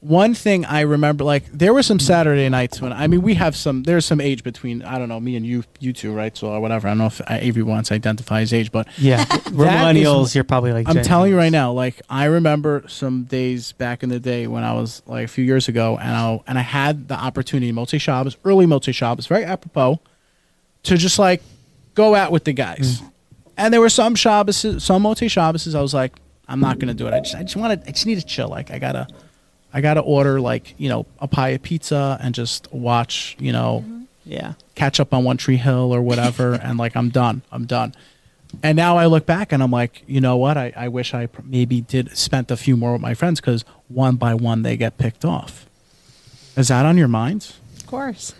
one thing I remember like there were some Saturday nights when I mean we have some there's some age between I don't know me and you you two right so or whatever I don't know if Avery wants to identify his age but
Yeah, we're
That is-
millennials. you're probably like.
I'm
Gen
telling you
Xers.
right now, like I remember some days back in the day when I was like a few years ago, and I and I had the opportunity, multi shops, early multi shops, very apropos, to just like go out with the guys. And there were some Shabbos, some multi Shabbos, I was like, I'm not gonna do it. I just I just want to, I just need to chill. Like I gotta, I gotta order like you know a pie, a pizza, and just watch you know
Yeah.
catch up on One Tree Hill or whatever, and like I'm done, I'm done. And now I look back and I'm like, you know what? I, I wish I pr- maybe did spent a few more with my friends because one by one they get picked off. Is that on your minds?
Of course.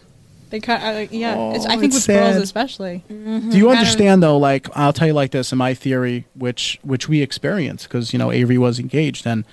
They cut. I yeah, it's, I
Oh,
think
it's
with
sad.
girls especially.
Do you
Mm-hmm. I don't-
understand though? Like I'll tell you like this in my theory, which which we experienced because you know Avery was engaged, and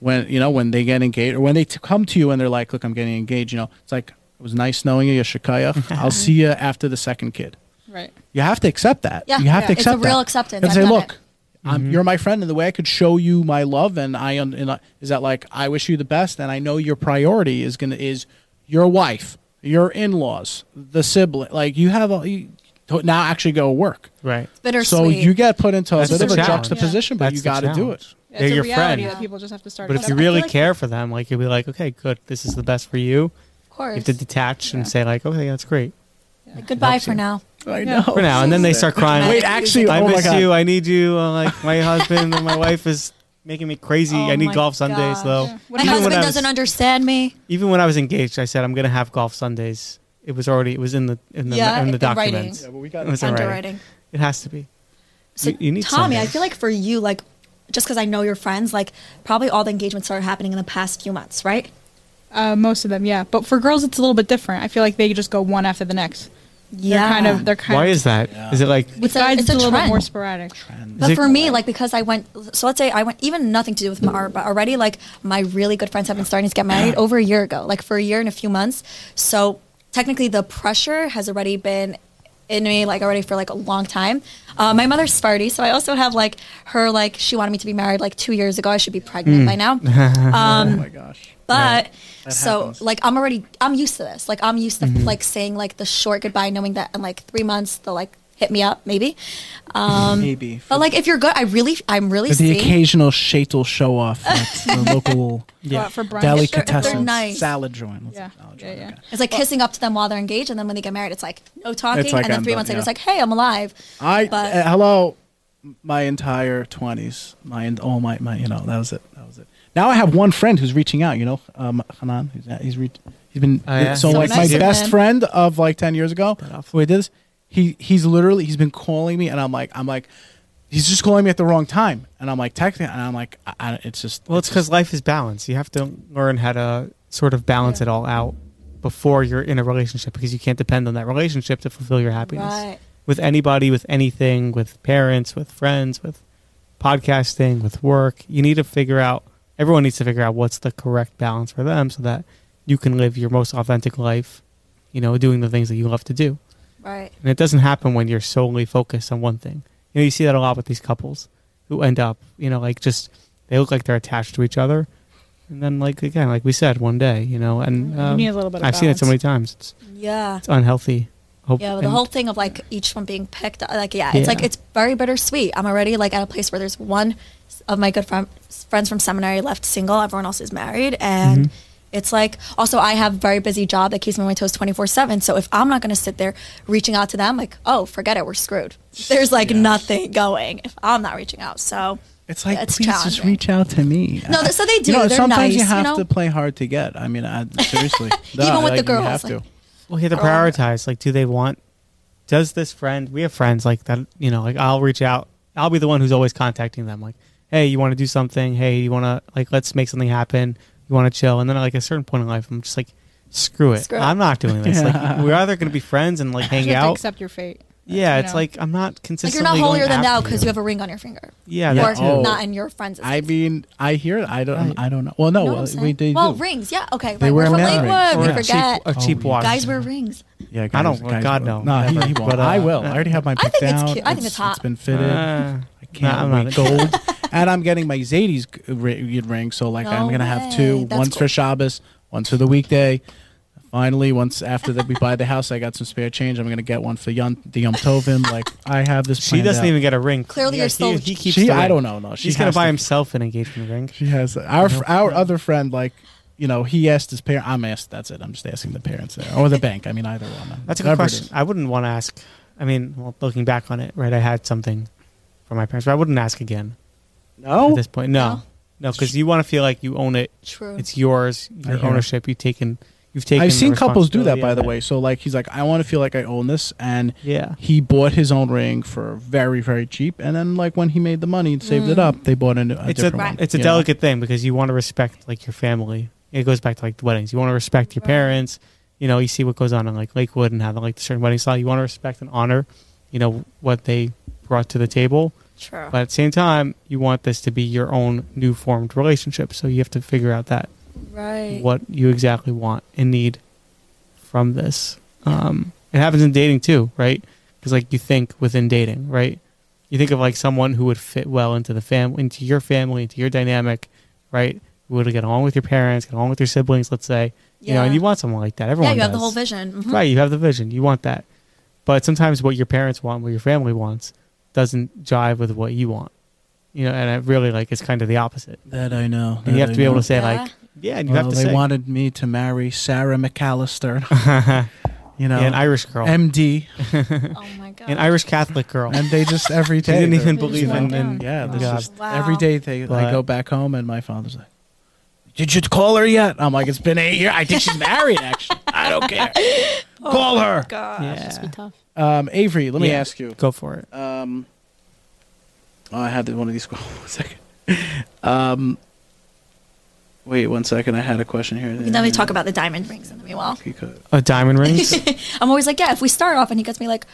when you know when they get engaged or when they t- come to you and they're like, look, I'm getting engaged. You know, it's like it was nice knowing you, Shakaya. I'll see you after the second kid.
Right.
You have to accept that.
Yeah.
you have
Yeah.
to
It's
accept
a real
that.
acceptance.
And
I've
say,
done
look,
it.
I'm,
Mm-hmm.
you're my friend, and the way I could show you my love and I un- and I- is that like I wish you the best, and I know your priority is gonna is your wife, your in laws, the sibling. Like you have a you, to now actually go work.
Right.
Bittersweet.
So you get put into a
That's
bit
the
of a
challenge.
juxtaposition, but
That's
you
the
got to do
challenge.
it.
It's
They're
a
your
reality
friend.
that people just have to start.
But if you
accepting.
really
like-
care for them, like you'll be like, okay, good. This is the best for you.
course.
You have to detach
Yeah.
and say like, okay, that's great
Like, goodbye
helps
for
you.
now.
I
Yeah.
for now. And then they start crying.
Wait, actually,
I
oh my
miss
God.
you. I need you. Uh, like my husband and my wife is making me crazy.
Oh
I need
my
golf Sundays
gosh.
though.
Yeah.
My
Even when
husband
I was-
doesn't understand me.
Even when I was engaged, I said I'm gonna have golf Sundays. It was already it was in the in the
Yeah,
in the
in writing.
documents.
Yeah, but we got
It was alright.
Underwriting.
It has to be.
So
You- you need
Tommy, I
something.
feel like for you, like just because I know your friends, like probably all the engagements started happening in the past few months, right?
Uh, most of them, yeah. But for girls, it's a little bit different. I feel like they just go one after the next.
Yeah.
They're kind of. They're kind
Why
of,
is that? Is
Yeah.
it like
It's a,
guys,
it's a,
little bit
trend.
more sporadic.
Trend.
But
it-
for me, like because I went, so let's say I went, even nothing to do with my art, but already like my really good friends have been starting to get married over a year ago, like for a year and a few months. So technically, the pressure has already been in me, like already for like a long time. Uh, my mother's Sparty, so I also have like her, like she wanted me to be married like two years ago. I should be
Mm.
pregnant by now.
oh my gosh.
But so
happens. Mm-hmm.
like I'm already I'm used to this. Like I'm used to like saying like the short goodbye, knowing that in like three months they'll like hit me up maybe. Um,
Maybe. For-
But like if you're good, I really I'm really
for the
seeing.
occasional shatel show off at the local
Go out for brunch.
If they're
delicatessen
nice.
salad joint. Let's-
Yeah.
salad
Yeah,
joint,
yeah.
okay.
It's like kissing up to them while they're engaged, and then when they get married, it's like no talking,
like
and then
I'm
three
done,
months later,
yeah.
it's like, hey, I'm alive.
I
But-
uh, hello, my entire twenties, my en- oh my my you know that was it that was it. Now I have one friend who's reaching out. You know, um, Hanan. He's he's, re- he's been
Oh, yeah?
so,
So
like
nice
my
of
best
him.
friend of like ten years ago. Who I did this. He he's literally he's been calling me, and I'm like I'm like. He's just calling me at the wrong time, and I'm like texting, and I'm like, I, I, it's just.
well, it's
just-
because life is balance. You have to learn how to sort of balance it all out before you're in a relationship because you can't depend on that relationship to fulfill your happiness
Right.
with anybody, with anything, with parents, with friends, with podcasting, with work. You need to figure out. Everyone needs to figure out what's the correct balance for them so that you can live your most authentic life. You know, doing the things that you love to do.
Right.
And it doesn't happen when you're solely focused on one thing. You know, you see that a lot with these couples who end up, you know, like just they look like they're attached to each other, and then like again, like we said, one day, you know, and
You
um,
need a little bit of
I've seen it so
balance.
many times. It's,
Yeah.
it's unhealthy. Hope-
Yeah, but the
and-
whole thing of like each one being picked, uh, like yeah, it's like
Yeah.
it's very bittersweet. I'm already like at a place where there's one of my good friend, friends from seminary left single. Everyone else is married, and
Mm-hmm.
it's like also I have a very busy job that keeps me on my toes 24 seven. So if I'm not going to sit there reaching out to them, like oh forget it, we're screwed. There's like
Yeah.
nothing going if I'm not reaching out. So
It's like,
It's
please just
challenging.
reach out to me.
No, th- so they do.
You know,
They're
sometimes
nice,
you
you
have
know?
to play hard to get. I mean, I, seriously.
Even
Duh,
with the
like,
girls,
You have
like-
to.
Well, you have to
I love it.
prioritize. Like, do they want? Does this friend? We have friends like that. You know, like I'll reach out. I'll be the one who's always contacting them. Like, hey, you want to do something? Hey, you want to like let's make something happen. You want to chill? And then like at a certain point in life, I'm just like, screw it.
Screw it.
I'm not doing this. Like, we're either going to be friends and like
You
hang
have to
out.
accept your fate.
yeah,
you
it's
know.
like I'm not
like you're
consistently.
not holier
going
than thou
after
because you have a ring on your finger,
yeah,
Yeah.
or
that too.
Oh.
not in your friends.
I mean, I hear. I don't.
Right.
I don't know. Well, no,
No,
well, we Oh, uh, they
well,
do.
rings, yeah, okay.
They
right.
wear
We're from
man
Lakewood.
Or
We
a cheap-
forget.
A cheap uh,
yeah.
watch.
Guys wear rings.
Yeah, guys,
I don't-
guys
God,
will.
no.
No, he,
Never.
he won't.
But, uh,
I will. I already have mine.
I
picked
think it's
out.
cute. I think it's hot.
It's been fitted.
Uh,
I
nah,
can't.
I'm
wait.
not gold.
and I'm getting my Zadie's g- ri- ring, so like I'm
No
gonna have two.
way. That's
one's for
cool.
Shabbos, one's for the weekday. Finally, once after that we buy the house, I got some spare change. I'm gonna get one for Yom, the Yom Tovim. Like I have this.
She
planned
doesn't
out.
even get a ring.
Clearly
Yeah,
you're
he-
still-
He keeps.
She,
the
I
ring.
don't know. No, she
He's gonna
has
buy
to-
himself an engagement ring.
She has our our other friend. Like you know, he asked his parent. I'm asked. That's it. I'm just asking the parents there or the bank. I mean, either one.
That's a good
Whatever it
question.
is.
I wouldn't want to ask. I mean, well, looking back on it, right? I had something from my parents, but I wouldn't ask again at
No,
this point. No,
Oh. No.
no, because you want to feel like you own it.
True.
It's yours,
I
your
hear.
ownership. You've taken. You've taken.
I've
the
seen couples do that,
responsibility
by
of
the
it.
way. So like, he's like, I want to feel like I own this, and
Yeah.
he bought his own ring for very very cheap, and then like when he made the money and saved it up, they bought a, new- a
It's a
different one.
it's a
you know?
delicate thing because you want to respect like your family. It goes back to like the weddings. You want to respect your
Right.
parents. You know, you see what goes on in like Lakewood and how they like the certain wedding style. You want to respect and honor, you know, what they brought to the table.
True.
But at the same time, you want this to be your own new formed relationship. So you have to figure out that
right.
what you exactly want and need from this. Um, it happens in dating too, right? Because like you think within dating, right? You think of like someone who would fit well into the fam, into your family, into your dynamic, right? Who would get along with your parents, get along with your siblings, let's say, you know, and
Yeah.
you want someone like that. Everyone
yeah, you have the
does.
whole vision. Mhm.
Mm-hmm. Right, you have the vision. You want that. But sometimes what your parents want, what your family wants, doesn't jive with what you want. You know, and it really like it's kind of the opposite.
that I know.
And you
that
have
I
to be
know.
able to say
Yeah.
like, Yeah, and you
Well,
have to
they
say
wanted me to marry Sarah McAllister. you know,
Yeah, an Irish girl,
MD,
Oh my god.
an Irish Catholic girl.
and they just every
They
day
didn't
they're-
even
They just
believe in.
went
in
down.
Yeah,
in
this
God.
is
Wow.
every day. They
But-
I go back home and my father's like, "Did you call her yet?" I'm like, "It's been eight years. I think she's married. Actually, I don't care. call her."
god.
Yeah.
Must be tough.
Um, Avery, let me
Yeah.
ask you.
Go for it.
Um, oh, I had one of these. One second. Um, wait one second. I had a question here.
We can definitely talk about the diamond rings in the meanwhile.
You could-
Oh, diamond rings.
I'm always like, yeah, if we start off and he gets me like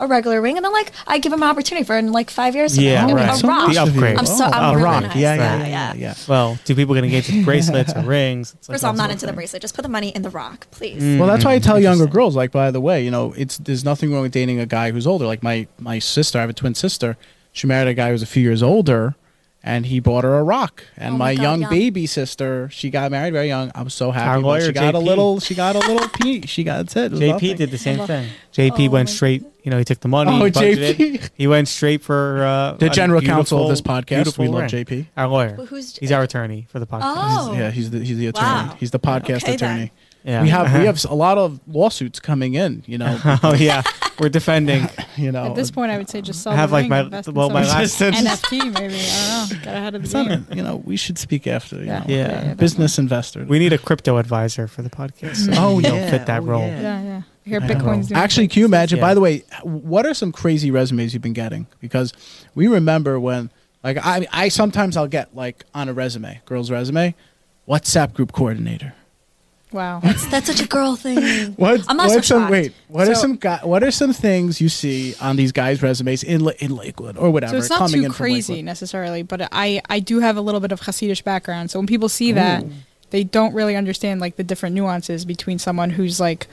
a regular ring, and then like I give him an opportunity for it in like five years. from
Yeah,
now,
right.
A
So
rock.
nice of you.
I'm so
Oh,
I'm
a
really
rock.
nice.
Yeah,
yeah,
yeah, yeah, yeah.
well, do people get engaged with bracelets or rings? It's like
First of all, I'm
that's
not into the
thing.
bracelet. Just put the money in the rock, please.
Mm.
Well, that's why I tell younger
Interesting.
girls, like, by the way, you know, it's there's nothing wrong with dating a guy who's older. Like my my sister, I have a twin sister. She married a guy who was a few years older, and he bought her a rock. And
Oh
my
my God,
young
yeah.
baby sister, she got married very young. I'm so happy.
Our
but
lawyer,
she got a
JP.
little. She got a little. P, she got that's it. it was nothing.
JP did the same thing. JP
Oh
went
my
straight. You know, he took the money.
Oh,
he budgeted,
JP.
He went straight for uh,
The
a
general counsel of this
beautiful-
podcast. We
beautiful
love
ring.
JP.
Our lawyer.
Well, who's- eh,
he's our attorney for the podcast.
Oh.
Yeah, he's the he's the attorney.
Wow.
He's the podcast
Okay, then.
attorney.
Yeah.
We have we have a lot of lawsuits coming in. You know,
oh yeah, we're defending.
you know. uh,
At this point, I would say just sell
oh, I have
the
like
ring,
my
invest in
well my
some
last
NFT maybe. I don't know. Got ahead of the
it's
game.
not- you know, we should speak after. You
Yeah.
know,
Yeah.
yeah,
business investor.
We need a crypto advisor for the podcast.
Oh,
you
yeah.
don't fit that
Oh,
role.
definitely. Yeah, yeah. I hear
I don't know.
Bitcoin's doing
Actually,
great.
can you imagine?
Yeah.
By the way, what are some crazy resumes you've been getting? Because we remember when, like, I, I sometimes I'll get like on a resume, girl's resume, WhatsApp group coordinator.
Wow.
That's such a girl thing.
What?
I'm not
what
so
some,
shocked.
wait. What are
So-
some guy, What are some things you see on these guys' resumes in La- in Lakewood or whatever?
So it's not
coming
too
in from
crazy
Lakewood?
necessarily, but I, I do have a little bit of Hasidish background. So when people see that, they don't really understand like the different nuances between someone who's like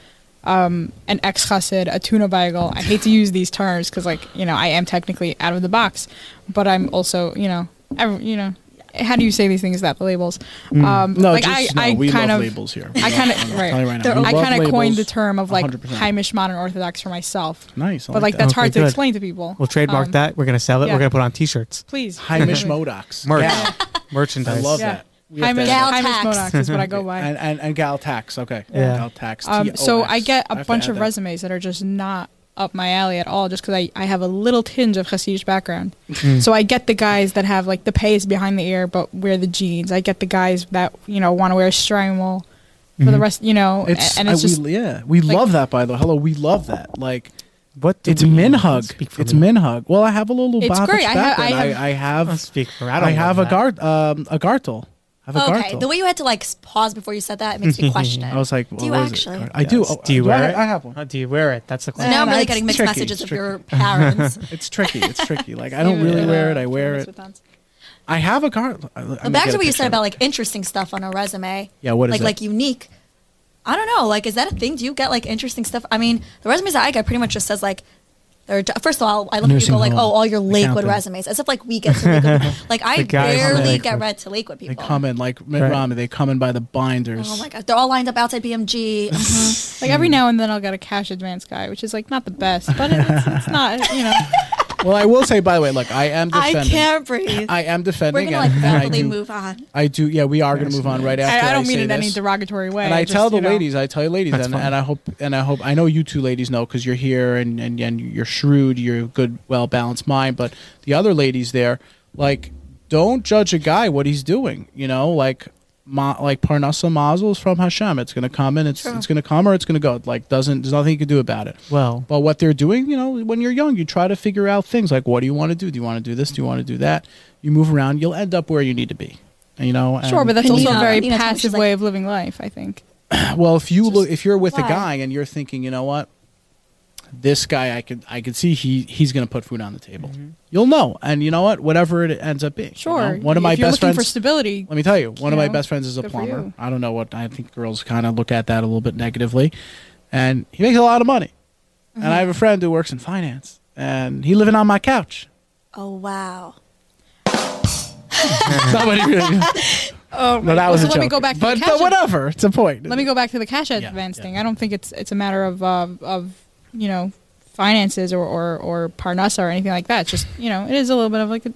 um, an ex Hasid, a tuna bagel. I hate to use these terms because like you know I am technically out of the box, but I'm also you know ev you know how do you say these things without the labels? Um,
Mm. No,
like
just,
I,
no,
I
we
kind
love
of
labels here.
I kind of
i
right.
right now,
They're-
we
I
love
kind of coined the
labels.
term of like
100%.
Heimish modern Orthodox for myself.
Nice. I
But like
that.
that's
Okay,
hard to
good.
explain to people.
We'll trademark
Um,
that. We're gonna sell it.
yeah.
We're gonna put on T-shirts,
Please, please.
Heimish Modocs.
merch,
Yeah.
merchandise.
I love
Yeah.
that. We have to
Hymus,
add that.
Gal tax.
Modox is what I go by.
and, and and gal tax. Okay,
Yeah.
gal tax.
Um, so
T-O-X.
I get a
have to
bunch
add
of
that.
resumes that are just not up my alley at all, just because I, I have a little tinge of Hasidic background.
Hmm.
so I get the guys that have like the pays behind the ear, but wear the jeans. I get the guys that you know want to wear strimal for the rest, you know,
Hmm. It's,
a- and it's
I-
just
we, yeah, we
like-
love that. By the way, hello, we love that. Like
What? do
it's
we-
minhug.
Speak for
It's
me.
minhug. Well, I have a little
It's
Lubavitch
great. I have-
background.
I have-
I, I have.
I'll speak for.
I,
I don't
have a
love that.
guard. Um, a gartel. I have a
okay,
gartel.
the way you had to like s- pause before you said that it makes me question it.
I was like,
do you
what is it?
actually?
I do.
Yes.
Oh,
do you
I,
wear it?
I have one.
Oh, do you wear it? That's the
So
question.
now I'm
Nah, Um,
really
it's
getting mixed
tricky,
messages
it's
of your parents.
It's tricky. It's tricky. Like I don't really wear it. I wear it. I have a gartel.
But back to what you said about like interesting stuff on a resume.
Yeah, what is
like
it?
like unique? I don't know. Like, is that a thing? Do you get like interesting stuff? I mean, the resumes that I get pretty much just says like. They're, first of all, I love when
Nursing
people like,
home,
oh, all your Lakewood
accountant.
resumes, as if like we get to Lakewood. like I
guys on
barely
Lakewood.
get read to Lakewood
They
people.
come in like Mitt
Right.
Romney. They come in by the binders.
Oh my god, they're all lined up outside BMG. Mhm.
Like
Hmm.
every now and then I'll get a cash advance guy, which is like not the best, but it- it's, it's not you know.
Well, I will say, by the way, look, I am
I
defending.
can't breathe.
I am defending.
We're gonna like
and, and I
rapidly
do,
move on.
I do. Yeah, we are going to move on right after.
I, I don't mean
say
it in any
this.
derogatory way.
And I
just,
tell the
you know.
ladies, I tell you ladies,
That's
and,
fine.
and I hope, and I hope, I know you two ladies know because you're here and, and and you're shrewd, you're a good, well balanced mind. But the other ladies there, like, don't judge a guy what he's doing. You know, like, ma, like Parnassa Mazel is from Hashem. It's going to come and it's
True.
it's going to come or it's going to go. Like, doesn't there's nothing you can do about it.
Well,
But what they're doing, you know, when you're young, you try to figure out things like what do you want to do? Do you want to do this? Do you want to do that? You move around, you'll end up where you need to be. You know, and-
Sure, but that's also
Nina-
a very
Nina told me she's
passive
like-
way of living life. I think.
well, if you look, if you're with a
why?
guy and you're thinking, you know what, this guy, I could, I could see he he's going to put food on the table. You'll know, and you know what, whatever it ends up being. you
Mm-hmm. Sure.
know? one of
if
my
you're
best
looking
friends.
for stability.
Let me tell you, one of
You
my
know,
best friends is a
good for
plumber.
you.
I don't know what I think girls kind of look at that a little bit negatively, and he makes a lot of money. And
Mm-hmm.
I have a friend who works in finance, and he living on my couch.
Oh wow.
Somebody really.
Oh,
No, that was
so
a
let
joke.
me go back to
but,
the
but
cash
whatever, it's a point.
Let me go back to the cash
Yeah,
advance
yeah.
thing. I don't think it's it's a matter of uh, of you know finances or or or parnasa or anything like that. It's just you know it is a little bit of like a,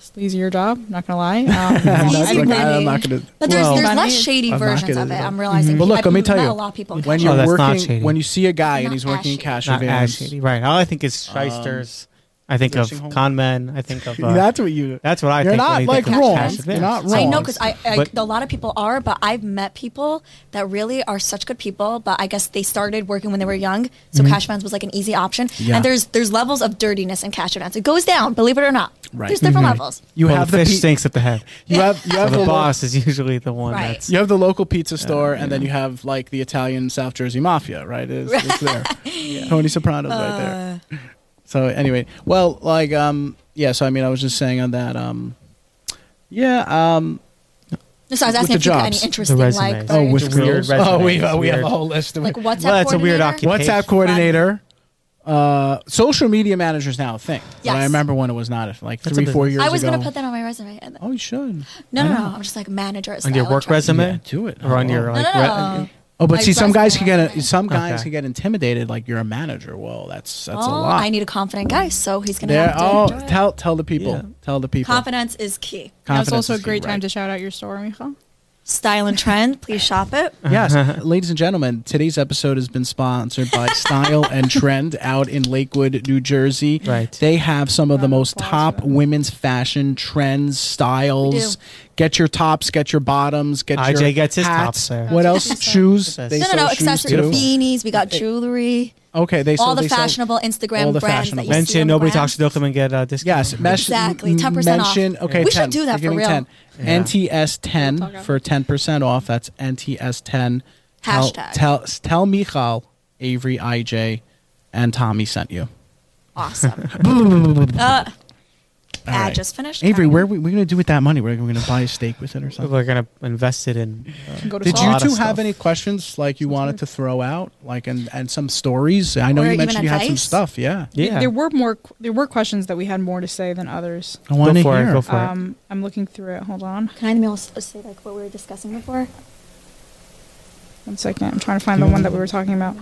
sleazier job. Not gonna lie. Um,
I'm not-
Easy
like, uh,
money.
I'm not gonna-
But there's,
Well-
there's less shady
I'm not
versions
gonna
of it.
do that.
I'm realizing.
But look, let me
I've
tell
met
you,
a lot of people. in
when
Cash
you're
Oh, that's not
working,
shady.
when you see a guy and
Not
he's working in
ashy.
cash
Not as
advance,
shady, right? All I think is shysters. I think of
nursing home.
con men. I think of uh,
that's what you.
that's what I
You're
think.
not,
when I
like,
think of
wrong.
cash
You're not
advance.
wrong.
I know because I, I
But-
a lot of people are, but I've met people that really are such good people. But I guess they started working when they were young, so cash advance was like an easy option.
Mm-hmm. Yeah.
And there's there's levels of dirtiness in cash advance. It goes down, believe it or not.
Right. Mm-hmm.
There's different levels.
You
well,
have
the
the
fish
pe-
stinks at the head.
you have you
So
have
the
lo-
boss is usually the one
Right.
that's
You have the local pizza store, and then you have like the Italian South Jersey mafia, right? It's, it's there. Tony Soprano's right there.
Uh.
So anyway, well, like um, yeah. So I mean, I was just saying on that um, yeah um.
No, So I was
With
asking if
the
you got any
jobs.
interesting
The
like
resumes.
Oh,
It's
with
a
skills.
weird
Oh,
resume.
we
It's
uh, we have
weird.
a whole list. Of
like WhatsApp
Well, that's a weird
coordinator?
occup-
WhatsApp
Page.
coordinator. Uh, social media manager is now a thing. But I
Yes.
remember when it was not a thing, like
That's a
three, four
business.
years
I was
ago.
gonna put that on my resume. and-
Oh, you should.
No, no,
I
no.
know.
I'm just like manager. at
on your work
Skylar Trust.
resume.
Yeah, do it.
Or on your
No,
like
no,
re-
no.
Oh, but
Like
see, some
resume
guys can get a,
resume.
some guys
Okay.
can get intimidated. Like you're a manager. Well, that's that's a
Well,
lot.
Oh, I need a confident guy, so he's gonna
There.
have to.
Oh,
enjoy it.
tell tell the people.
Yeah.
Tell the people.
Confidence is key.
that's
Confidence
also a
is key,
great time
right.
to shout out your store, Michal.
Style and trend. Please shop it.
Yes, ladies and gentlemen, today's episode has been sponsored by Style and Trend out in Lakewood, New Jersey.
Right.
They have some of the
Round of
most
applause
top
for them.
women's fashion trends, styles.
We
Get your tops, get your bottoms, get
IJ
your
gets his
hats.
tops there.
What else? shoes.
That's-
They
no, no,
sell
no.
shoes
Accessories,
too.
Beautiful.
beanies. We got jewelry.
Okay, they
all
sell-
the
they sell-
fashionable Instagram
all the
brands
fashionable.
that you see
Mention
on
nobody
the brand.
talks to them and get uh, a discount.
Yes, mesh-
Exactly,
m-
10% off.
mention, Okay,
We should
10.
do that
We're
for
giving
real.
10.
Yeah.
NTS
We'll
10
talk
for 10% off. That's NTS 10. Tell,
Hashtag.
tell, tell Michal, Avery, IJ, and Tommy sent you.
Awesome. uh,
All
ad
right.
just finished.
Avery,
Alright.
where are we, we going to do with that money? We're going to buy a steak with it or something.
We're gonna invest it in. uh,
Can go to
Did
Saul.
lot
you
of
two
stuff.
have any questions like you wanted to throw out, like and and some stories? I know
Or
you
even
mentioned you had some
advice?
stuff. Yeah,
Yeah.
There were more. qu- There were questions that we had more to say than others.
I want to
for it,
hear.
go for it.
Um, I'm looking through it. Hold on,
Can I email s- say like what we were discussing before?
one second. I'm trying to find the one that we were talking about.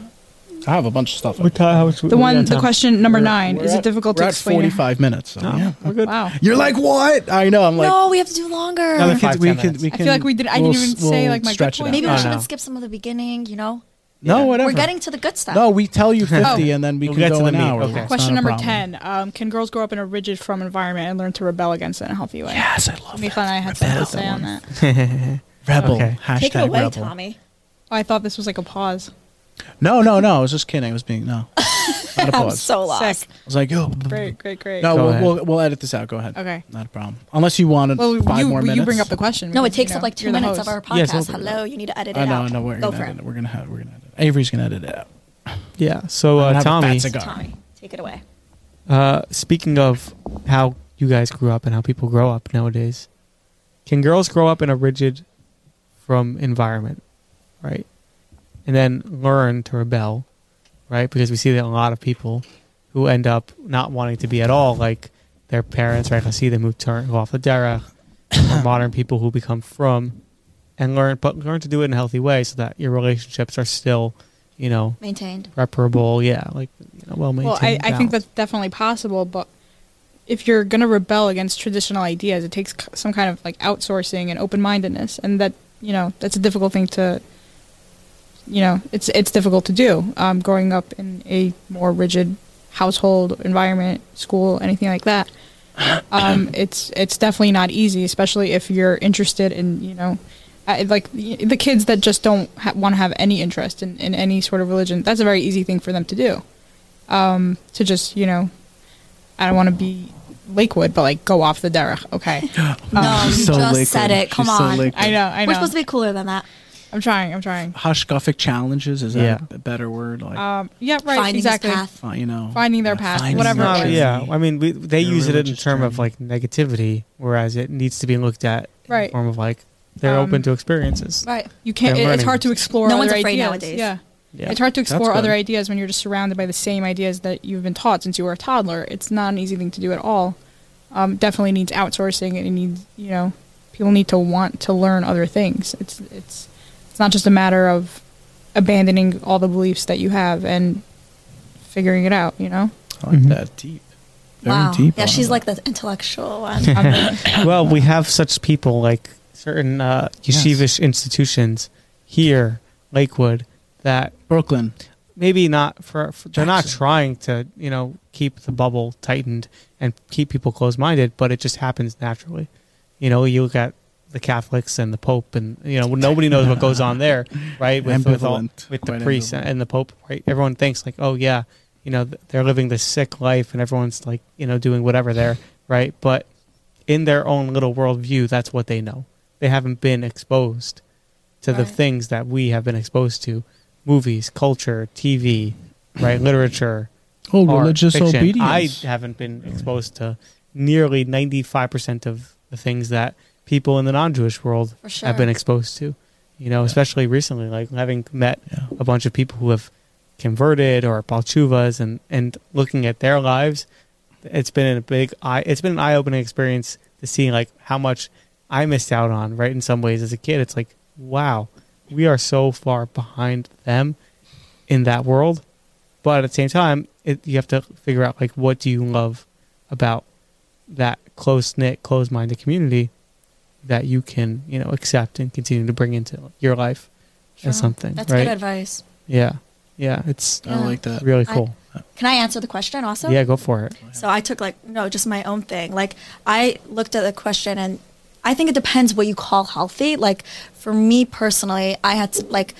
I have a bunch of stuff.
What time- how much-
The
what are we
one,
at
the
time?
question number
Mm-hmm. We're-
nine.
we're
Is
at-
it difficult
we're
to
at
explain?
Forty-five minutes. So,
No,
yeah.
we're good.
Wow.
You're like what? I know. I'm like.
no, we have to do longer.
No,
we can,
Five,
we
ten
can,
minutes.
we
I
can,
feel like we did- I didn't
we'll
even
s-
say,
we'll
like, my good
stretch it
point.
out.
Maybe we
Oh,
shouldn't
no.
skip some of the beginning. You know,
No, Uh, whatever.
we're getting to the good stuff.
No, we tell you 50
Oh.
and then we
We'll
can
get
go
to the
an
meat.
hour.
Okay.
It's
Question
not a
number
problem.
ten: um, Can girls grow up in a rigid, from environment and learn to rebel against it in a healthy way?
Yes, I love
Micha and I had something to say on that.
it. Rebel.
Okay.
Hashtag
Take it away,
rebel.
Tommy.
Oh, I thought this was like a pause.
No, no, no. I was just kidding. I was being, no. Not a
I'm
pause.
so lost.
Sick.
I was like, yo.
Great, great, great.
Mm-hmm. No,
Go
we'll,
ahead.
we'll, we'll edit this out. Go ahead.
Okay.
Not a problem. Unless you want to
Well,
five
you,
more minutes.
you bring up the question.
No, it
because, you
takes
know,
up like two
you're the
minutes of
host.
our
Yes,
podcast.
we'll do that.
Hello, you need to edit it
I know,
out.
I know. Oh, We're
Go
going to
for
edit
it.
it. We're going to have, we're going to edit it. Avery's going to edit it out.
Yeah. So
I'm
uh,
gonna have a fat
Tommy,
cigar.
Tommy, take it away.
uh, speaking of how you guys grew up and how people grow up nowadays, can girls grow up in a rigid from environment, right? And then learn to rebel, right? Because we see that a lot of people who end up not wanting to be at all like their parents, right? I see them who turn who off the derech, or modern people who become from, and learn, but learn to do it in a healthy way so that your relationships are still, you know,
Maintained.
reparable. Yeah, like you know, well maintained.
Well, I, I think that's definitely possible, but if you're going to rebel against traditional ideas, it takes c- some kind of like outsourcing and open mindedness, and that you know that's a difficult thing to. You know, it's it's difficult to do. Um, growing up in a more rigid household environment, school, anything like that, um, it's it's definitely not easy, especially if you're interested in you know. I, like the the kids that just don't ha- want to have any interest in, in any sort of religion, that's a very easy thing for them to do um, to just you know, I don't want to be Lakewood, but like go off the derech. Okay,
No, you
Oh, She's so
just
liquid.
said it. Come
She's so
on.
liquid.
I know, I know.
We're supposed to be cooler than that.
I'm trying, I'm trying.
Hushguffic challenges. Is that
Yeah.
a b- better word? Like,
Um, yeah, right,
Finding his
exactly.
path.
fi- you know.
finding their
yeah,
path,
finding
whatever
your
it
journey.
is.
yeah, I mean, we, they
Your
use it in
religious
term of
journey.
like negativity, whereas it needs to be looked at in
Right.
the form of like they're
Um,
open to experiences.
Right.
You can't.
They're
It, it's
learning.
hard to explore.
No
other
one's afraid
ideas.
nowadays.
Yeah.
Yeah.
It's hard to explore
good.
other ideas when you're just surrounded by the same ideas that you've been taught since you were a toddler. It's not an easy thing to do at all. Um, definitely needs outsourcing, and it needs you know people need to want to learn other things. It's it's it's not just a matter of abandoning all the beliefs that you have and figuring it out. You know,
I like
Mhm.
that. Deep.
Very
wow.
deep
yeah,
on
she's
it.
like the intellectual one.
well, we have such people like certain uh,
Yes.
yeshivish institutions here, Lakewood, that
Brooklyn.
maybe not for, for they're not
Jackson.
trying to you know keep the bubble tightened and keep people closed minded, but it just happens naturally. You know, you look at the Catholics and the Pope, and you know nobody knows what goes on there, right? With with, all,
Ambivalent.
with the
Quite
priests
ambivalent.
and the Pope, right? Everyone thinks like, oh yeah, you know th- they're living this sick life, and everyone's like you know doing whatever there, right? But in their own little worldview, that's what they know. They haven't been exposed to the
Right.
things that we have been exposed to movies, culture, TV, right? literature,
Oh,
art,
religious
fiction.
obedience.
I haven't been exposed to nearly 95% of the things that people in the non Jewish world
For
have been
sure.
exposed to, you know, especially recently, like having met
Yeah.
a bunch of people who have converted or Balchuvas and, and looking at their lives, it's been a big eye it's been an eye opening experience to see like how much I missed out on, right? In some ways as a kid. It's like, wow, we are so far behind them in that world. But at the same time, it, you have to figure out like what do you love about that close knit, close minded community that you can, you know, accept and continue to bring into your life
Sure.
as something.
That's
right?
good advice.
Yeah. Yeah. It's
Yeah.
I like that.
really
I-
cool.
Can I answer the question also?
yeah, go for it.
So I took like no, just my own thing. Like I looked at the question and I think it depends what you call healthy. Like for me personally, I had to like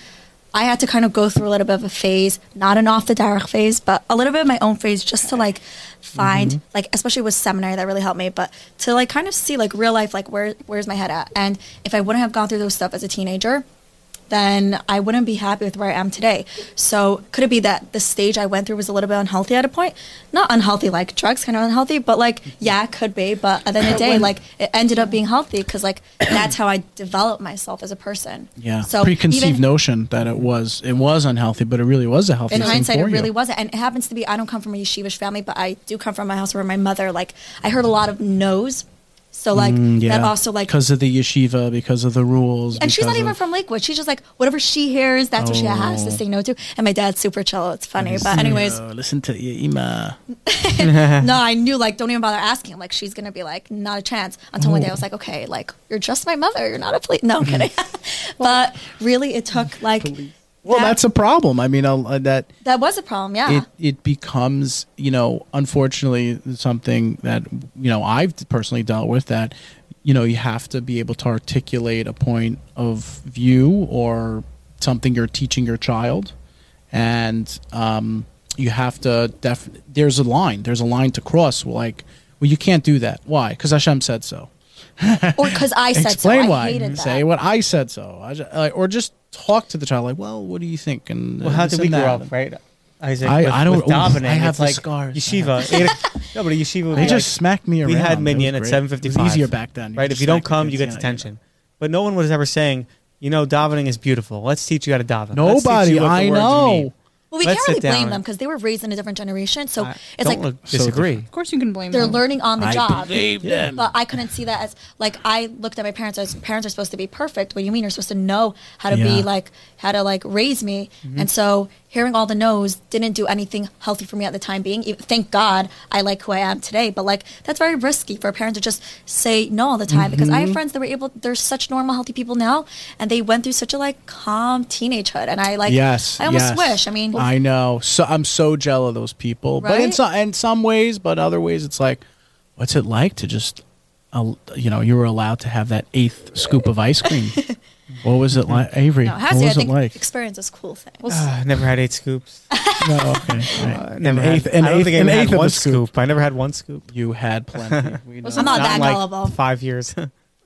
I had to kind of go through a little bit of a phase, not an off the derrick phase, but a little bit of my own phase just to like find
Mm-hmm.
like especially with seminary that really helped me, but to like kind of see like real life like where where's my head at? And if I wouldn't have gone through those stuff as a teenager, then I wouldn't be happy with where I am today. So could it be that the stage I went through was a little bit unhealthy at a point? Not unhealthy, like drugs kind of unhealthy, but like
Mm-hmm.
yeah, it could be. But at the end of the day, like it ended up being healthy because like that's how I developed myself as a person.
yeah.
So
preconceived
even-
notion that it was it was unhealthy, but it really was a healthy
in
thing
hindsight, it
for you.
really wasn't. And it happens to be I don't come from a yeshivish family, but I do come from a house where my mother like I heard a lot of no's. So like
Mm, yeah.
that also like
because of the yeshiva, because of the rules,
and she's not
because
even
of-
from Lakewood. She's just like whatever she hears, that's what she has
Oh.
to say no to. And my dad's super chill. It's funny, but anyways,
Oh, listen to your ima.
no, I knew like don't even bother asking. Like she's gonna be like not a chance. Until one day I
Oh.
was like, okay, like you're just my mother. You're not a police.
Mm-hmm.
No, I'm kidding. but really, it took like
Well,
that-
that's a problem. I mean, I'll, uh, that
that was a problem. Yeah,
it it becomes you know unfortunately something that you know I've personally dealt with that you know you have to be able to articulate a point of view or something you're teaching your child and um, you have to def there's a line there's a line to cross like well you can't do that why because Hashem said so
or because I said
explain
so. I
why
hated that.
say what I said so I ju- uh, or just talk to the child like well what do you think and
Well, how did we grow up,
right?
right? Isaac,
I-
with,
I don't-
with
ooh,
davening,
I have
it's
the
like
scars.
Yeshiva. no, but a yeshiva. would
They
be
just
like-
smacked me around.
We had
It was
minion at
great.
seven fifty
It
five.
was easier back then.
right? If
just
you don't
smacked
come,
the
you
kids,
get
yeah, yeah.
detention. But no one was ever saying, you know, davening is beautiful. Let's teach you how to daven. Let's teach
Nobody,
you what the
I
words
know.
mean."
Well, we
Let's
can't
sit
really blame
down.
them because they were raised in a different generation. So
I
it's
don't
like
look- disagree.
Of course, you can blame
they're
them.
learning on the
I
job.
believed them.
But I couldn't see that as like I looked at my parents as parents are supposed to be perfect. What do you mean? You're supposed to know how to
Yeah.
be like how to like raise me.
Mm-hmm.
And so hearing all the no's didn't do anything healthy for me at the time being. Even- Thank God I like who I am today. But like that's very risky for a parent to just say no all the
Mm-hmm.
time because I have friends that were able. They're such normal, healthy people now, and they went through such a like calm teenagehood. And I like
yes,
I almost
yes.
wish. I mean,
I know. So I'm so jealous of those people. But in
Right?
some in some ways, but other ways, it's like, what's it like to just, uh, you know, you were allowed to have that eighth scoop of ice cream. what was it like, Avery?
no, it
what
has to. I
was it
think
like?
experience is a cool thing.
Ah, never had eight scoops.
no, okay. all right.
Never
eighth-
had,
an
I don't
eighth-
think I
an
even had
eighth of a
one
scoop.
I never had one scoop.
You had plenty. We know.
Was
I'm not
Not
that
in, like
gullible.
Five years.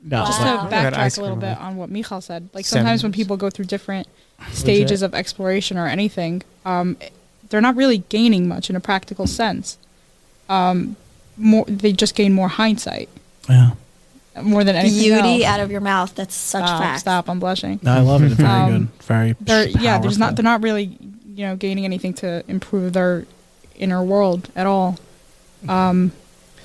No,
just
Wow.
to
I had ice
backtrack a little
cream
bit
with-
on what Michal said, like
Seven
sometimes when
years.
people go through different stages of exploration or anything, um, they're not really gaining much in a practical sense. Um, more, they just gain more hindsight uh,
yeah.
more than anything
Beauty
else.
out of your mouth. That's such
stop,
facts.
stop! I'm blushing.
No, I love it. Very
Um,
good. Very.
They're yeah, they're just
powerful.
not they're not really you know gaining anything to improve their inner world at all. Um,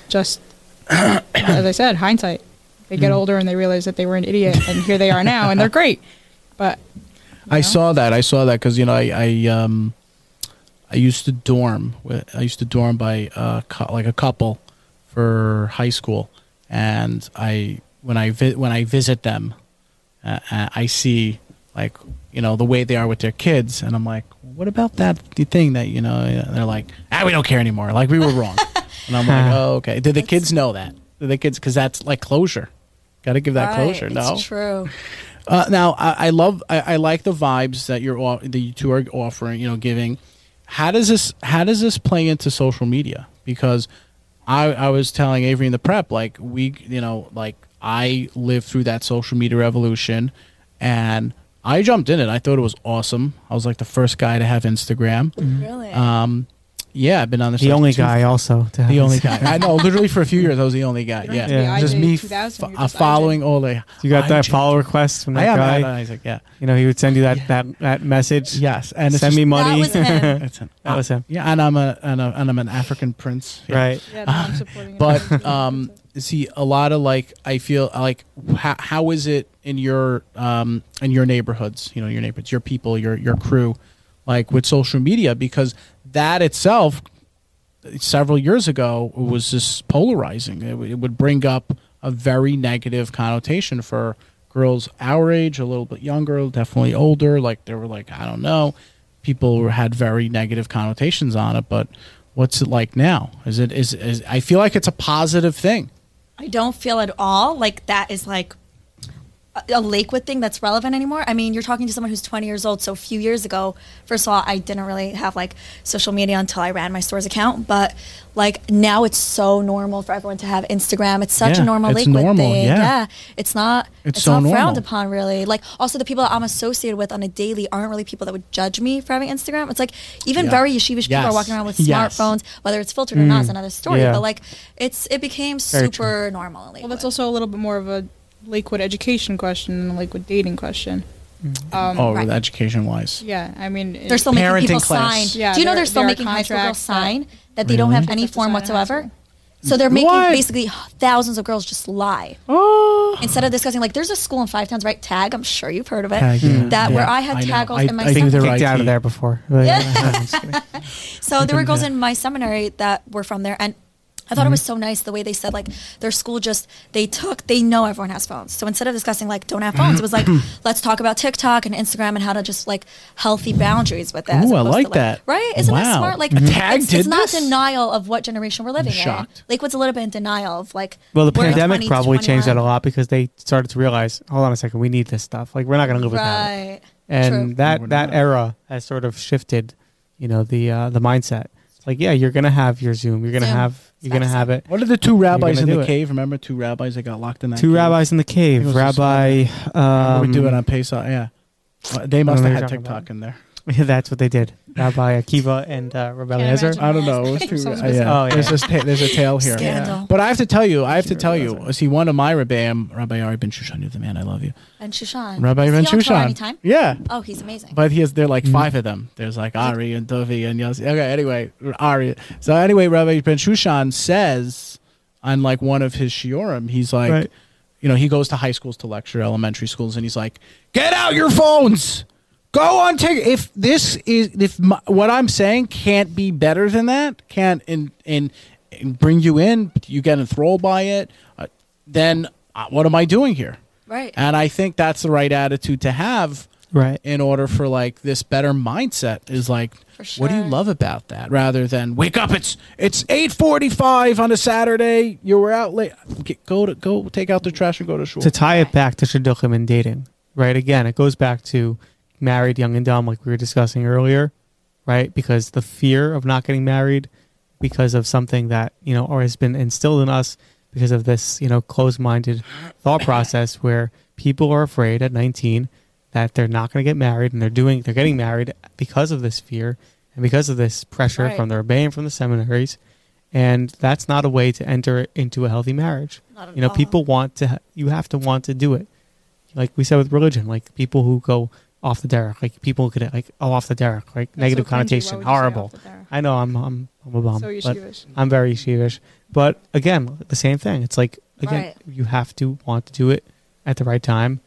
just as I said, hindsight. They
Mm.
get older and they realize that they were an idiot, and here they are now, and they're great. But
I
know?
saw that. I saw that because you know I, I um I used to dorm. with- I used to dorm by uh, cou- like a couple for high school, and I when I vi- when I visit them, uh, uh, I see like you know the way they are with their kids, and I'm like, what about that thing that you know? And they're like, ah, we don't care anymore. Like we were wrong, and I'm like, oh okay. Did the kids know that? Did the kids because that's like closure. Got to give that closure. No,
It's true.
uh, now, I, I love, I, I like the vibes that you're, off, that you two are offering, you know, giving. How does this, how does this play into social media? Because I, I was telling Avery in the prep, like we, you know, like I lived through that social media revolution, and I jumped in it. I thought it was awesome. I was like the first guy to have Instagram.
Really?
Um, yeah, I've been on this.
The
like,
only
two-
guy also. To have
The only
this.
guy. I know. Literally for a few years, I was the only guy.
don't
Yeah,
have to be
just
IJ
me
2000, you're
f- uh,
just IJ.
following all the.
You got that
IJ.
follow request from
I
that
am
guy.
Adam Isaac. Yeah.
You know, he would send you that that, that message.
Yes, and it's
send
just-
me money.
That was him.
That's an,
That was him.
Yeah, and I'm a and, a, and I'm an African prince. Yeah.
Right.
Yeah, no, I'm supporting it.
But um, see, a lot of like I feel like how, how is it in your um in your neighborhoods? You know, your neighborhoods, your people, your your crew, like with social media because that itself several years ago
Mm-hmm.
it was just polarizing. It, w- it would bring up a very negative connotation for girls our age, a little bit younger, definitely older. Like they were like, I don't know. People were- had very negative connotations on it, but what's it like now? Is it is, is I feel like it's a positive thing.
I don't feel at all like that is like a- a Lakewood thing that's relevant anymore. I mean, you're talking to someone who's 20 years old. So a few years ago, first of all, I didn't really have like social media until I ran my store's account. But like now, it's so normal for everyone to have Instagram. It's such
Yeah,
a normal
it's
Lakewood
normal,
thing.
yeah.
it's not.
It's
It's,
so
not
normal.
frowned upon really. Like also the people that I'm associated with on a daily aren't really people that would judge me for having Instagram. It's like even
Yeah.
very yeshivish people
Yes.
are walking around with
Yes. Mm.
smartphones, whether it's filtered or not is another story.
Yeah.
But like it's it became
Very true.
super normal. in
well, that's
Lakewood.
also a little bit more of a Lakewood education question than a Lakewood dating question. Um,
Oh,
right.
education wise.
Yeah, I mean, it-
They're still making people
Parenting class.
sign.
Yeah,
Do you know
there-
they're still
there are
making high school
contracts
girls
that-
sign that they don't have any
They have to
form
sign in high
whatsoever?
school.
So they're making
What?
basically thousands of girls just lie
Oh,
instead of discussing. Like, there's a school in Five Towns, right? Tag. I'm sure you've heard of it.
Tag, yeah.
That where
Yeah,
I
I
had
know.
tag girls
I-
in my
I think
Been
they're
seminary.
kicked
IT.
out of there before. I'm just kidding.
So there were girls
yeah.
in my seminary that were from there, and I thought it
Mm-hmm.
was so nice the way they said like their school just they took they know everyone has phones. So instead of discussing like don't have phones, it was like
Mm-hmm.
let's talk about TikTok and Instagram and how to just like healthy boundaries with that. as
Ooh, I
opposed to,
like that.
Right? Isn't that
Wow.
smart? Like
A tag
it's,
did
it's not
this?
denial of what generation we're living in.
shocked.
Lakewood's a little bit in denial of like
Well, the
we're in
pandemic
20s to
probably changed that a
21.
lot because they started to realize, hold on a second, we need this stuff. Like we're not going to live without it.
Right.
And
True.
No, we're
that that
not.
era has sort of shifted, you know, the uh, the mindset. It's like, yeah, you're going to have your Zoom. You're going to
Zoom.
have you're going to have it.
What are the two rabbis
gonna
in
do
the
it.
cave? Remember two rabbis that got locked in that
Two
cave?
rabbis in the
It was
cave.
just-
Rabbi.
Remember
Um,
we do it on Pesach. Yeah, Uh, they must
know
have
what
had
you're talking about.
TikTok in there.
that's what they did. Rabbi Akiva and uh, Rabbi
Can't
Eliezer.
imagine.
I don't know. It was
Sounds
too, uh,
bizarre.
yeah.
Oh, yeah.
There's, this ta- there's a tale here.
Scandal.
But I have to tell you, I have to
Sure,
tell you.
that's
See, one of my Rabbi, Rabbi Ari Ben Shushan, you're the man, I love you.
And Shushan.
Rabbi
Is
Ben
he on tour
Shushan.
anytime?
Yeah.
Oh, he's amazing.
But he has, they're like five of them. There's like Ari and Dovi and Yossi. Okay, anyway, Ari. So anyway, Rabbi Ben Shushan says on like one of his Shiorim, he's like,
Right.
you know, he goes to high schools to lecture, elementary schools, and he's like, get out your phones. Go on take if this is if my, what I'm saying can't be better than that, can't in in, in bring you in, you get enthralled by it, uh, then uh, what am I doing here?
right.
And I think that's the right attitude to have
Right.
in order for like this better mindset is like
For
what do you
sure.
love about that rather than wake up it's it's 8:45 on a Saturday you were out late Get- go to go take out the trash and go to shul
to tie it back to shidduchim and dating, right? Again, it goes back to married, young, and dumb, like we were discussing earlier, right? Because the fear of not getting married, because of something that you know, or has been instilled in us because of this, you know, closed-minded thought process where people are afraid at 19 that they're not going to get married, and they're doing, they're getting married because of this fear and because of this pressure
Right.
from their obeying from the seminaries, and that's not a way to enter into a healthy marriage
Not at
you know
all.
people want to ha- you have to want to do it like we said with religion like people who go off the derrick like people could like oh off the derrick like
That's
negative
so cringy. Why
connotation
would you say off
horrible
the derrick?
i know i'm i'm i'm a bum
So
Um,
but
yeshivish.
i'm very yeshivish but again the same thing it's like again
Right.
you have to want to do it at the right time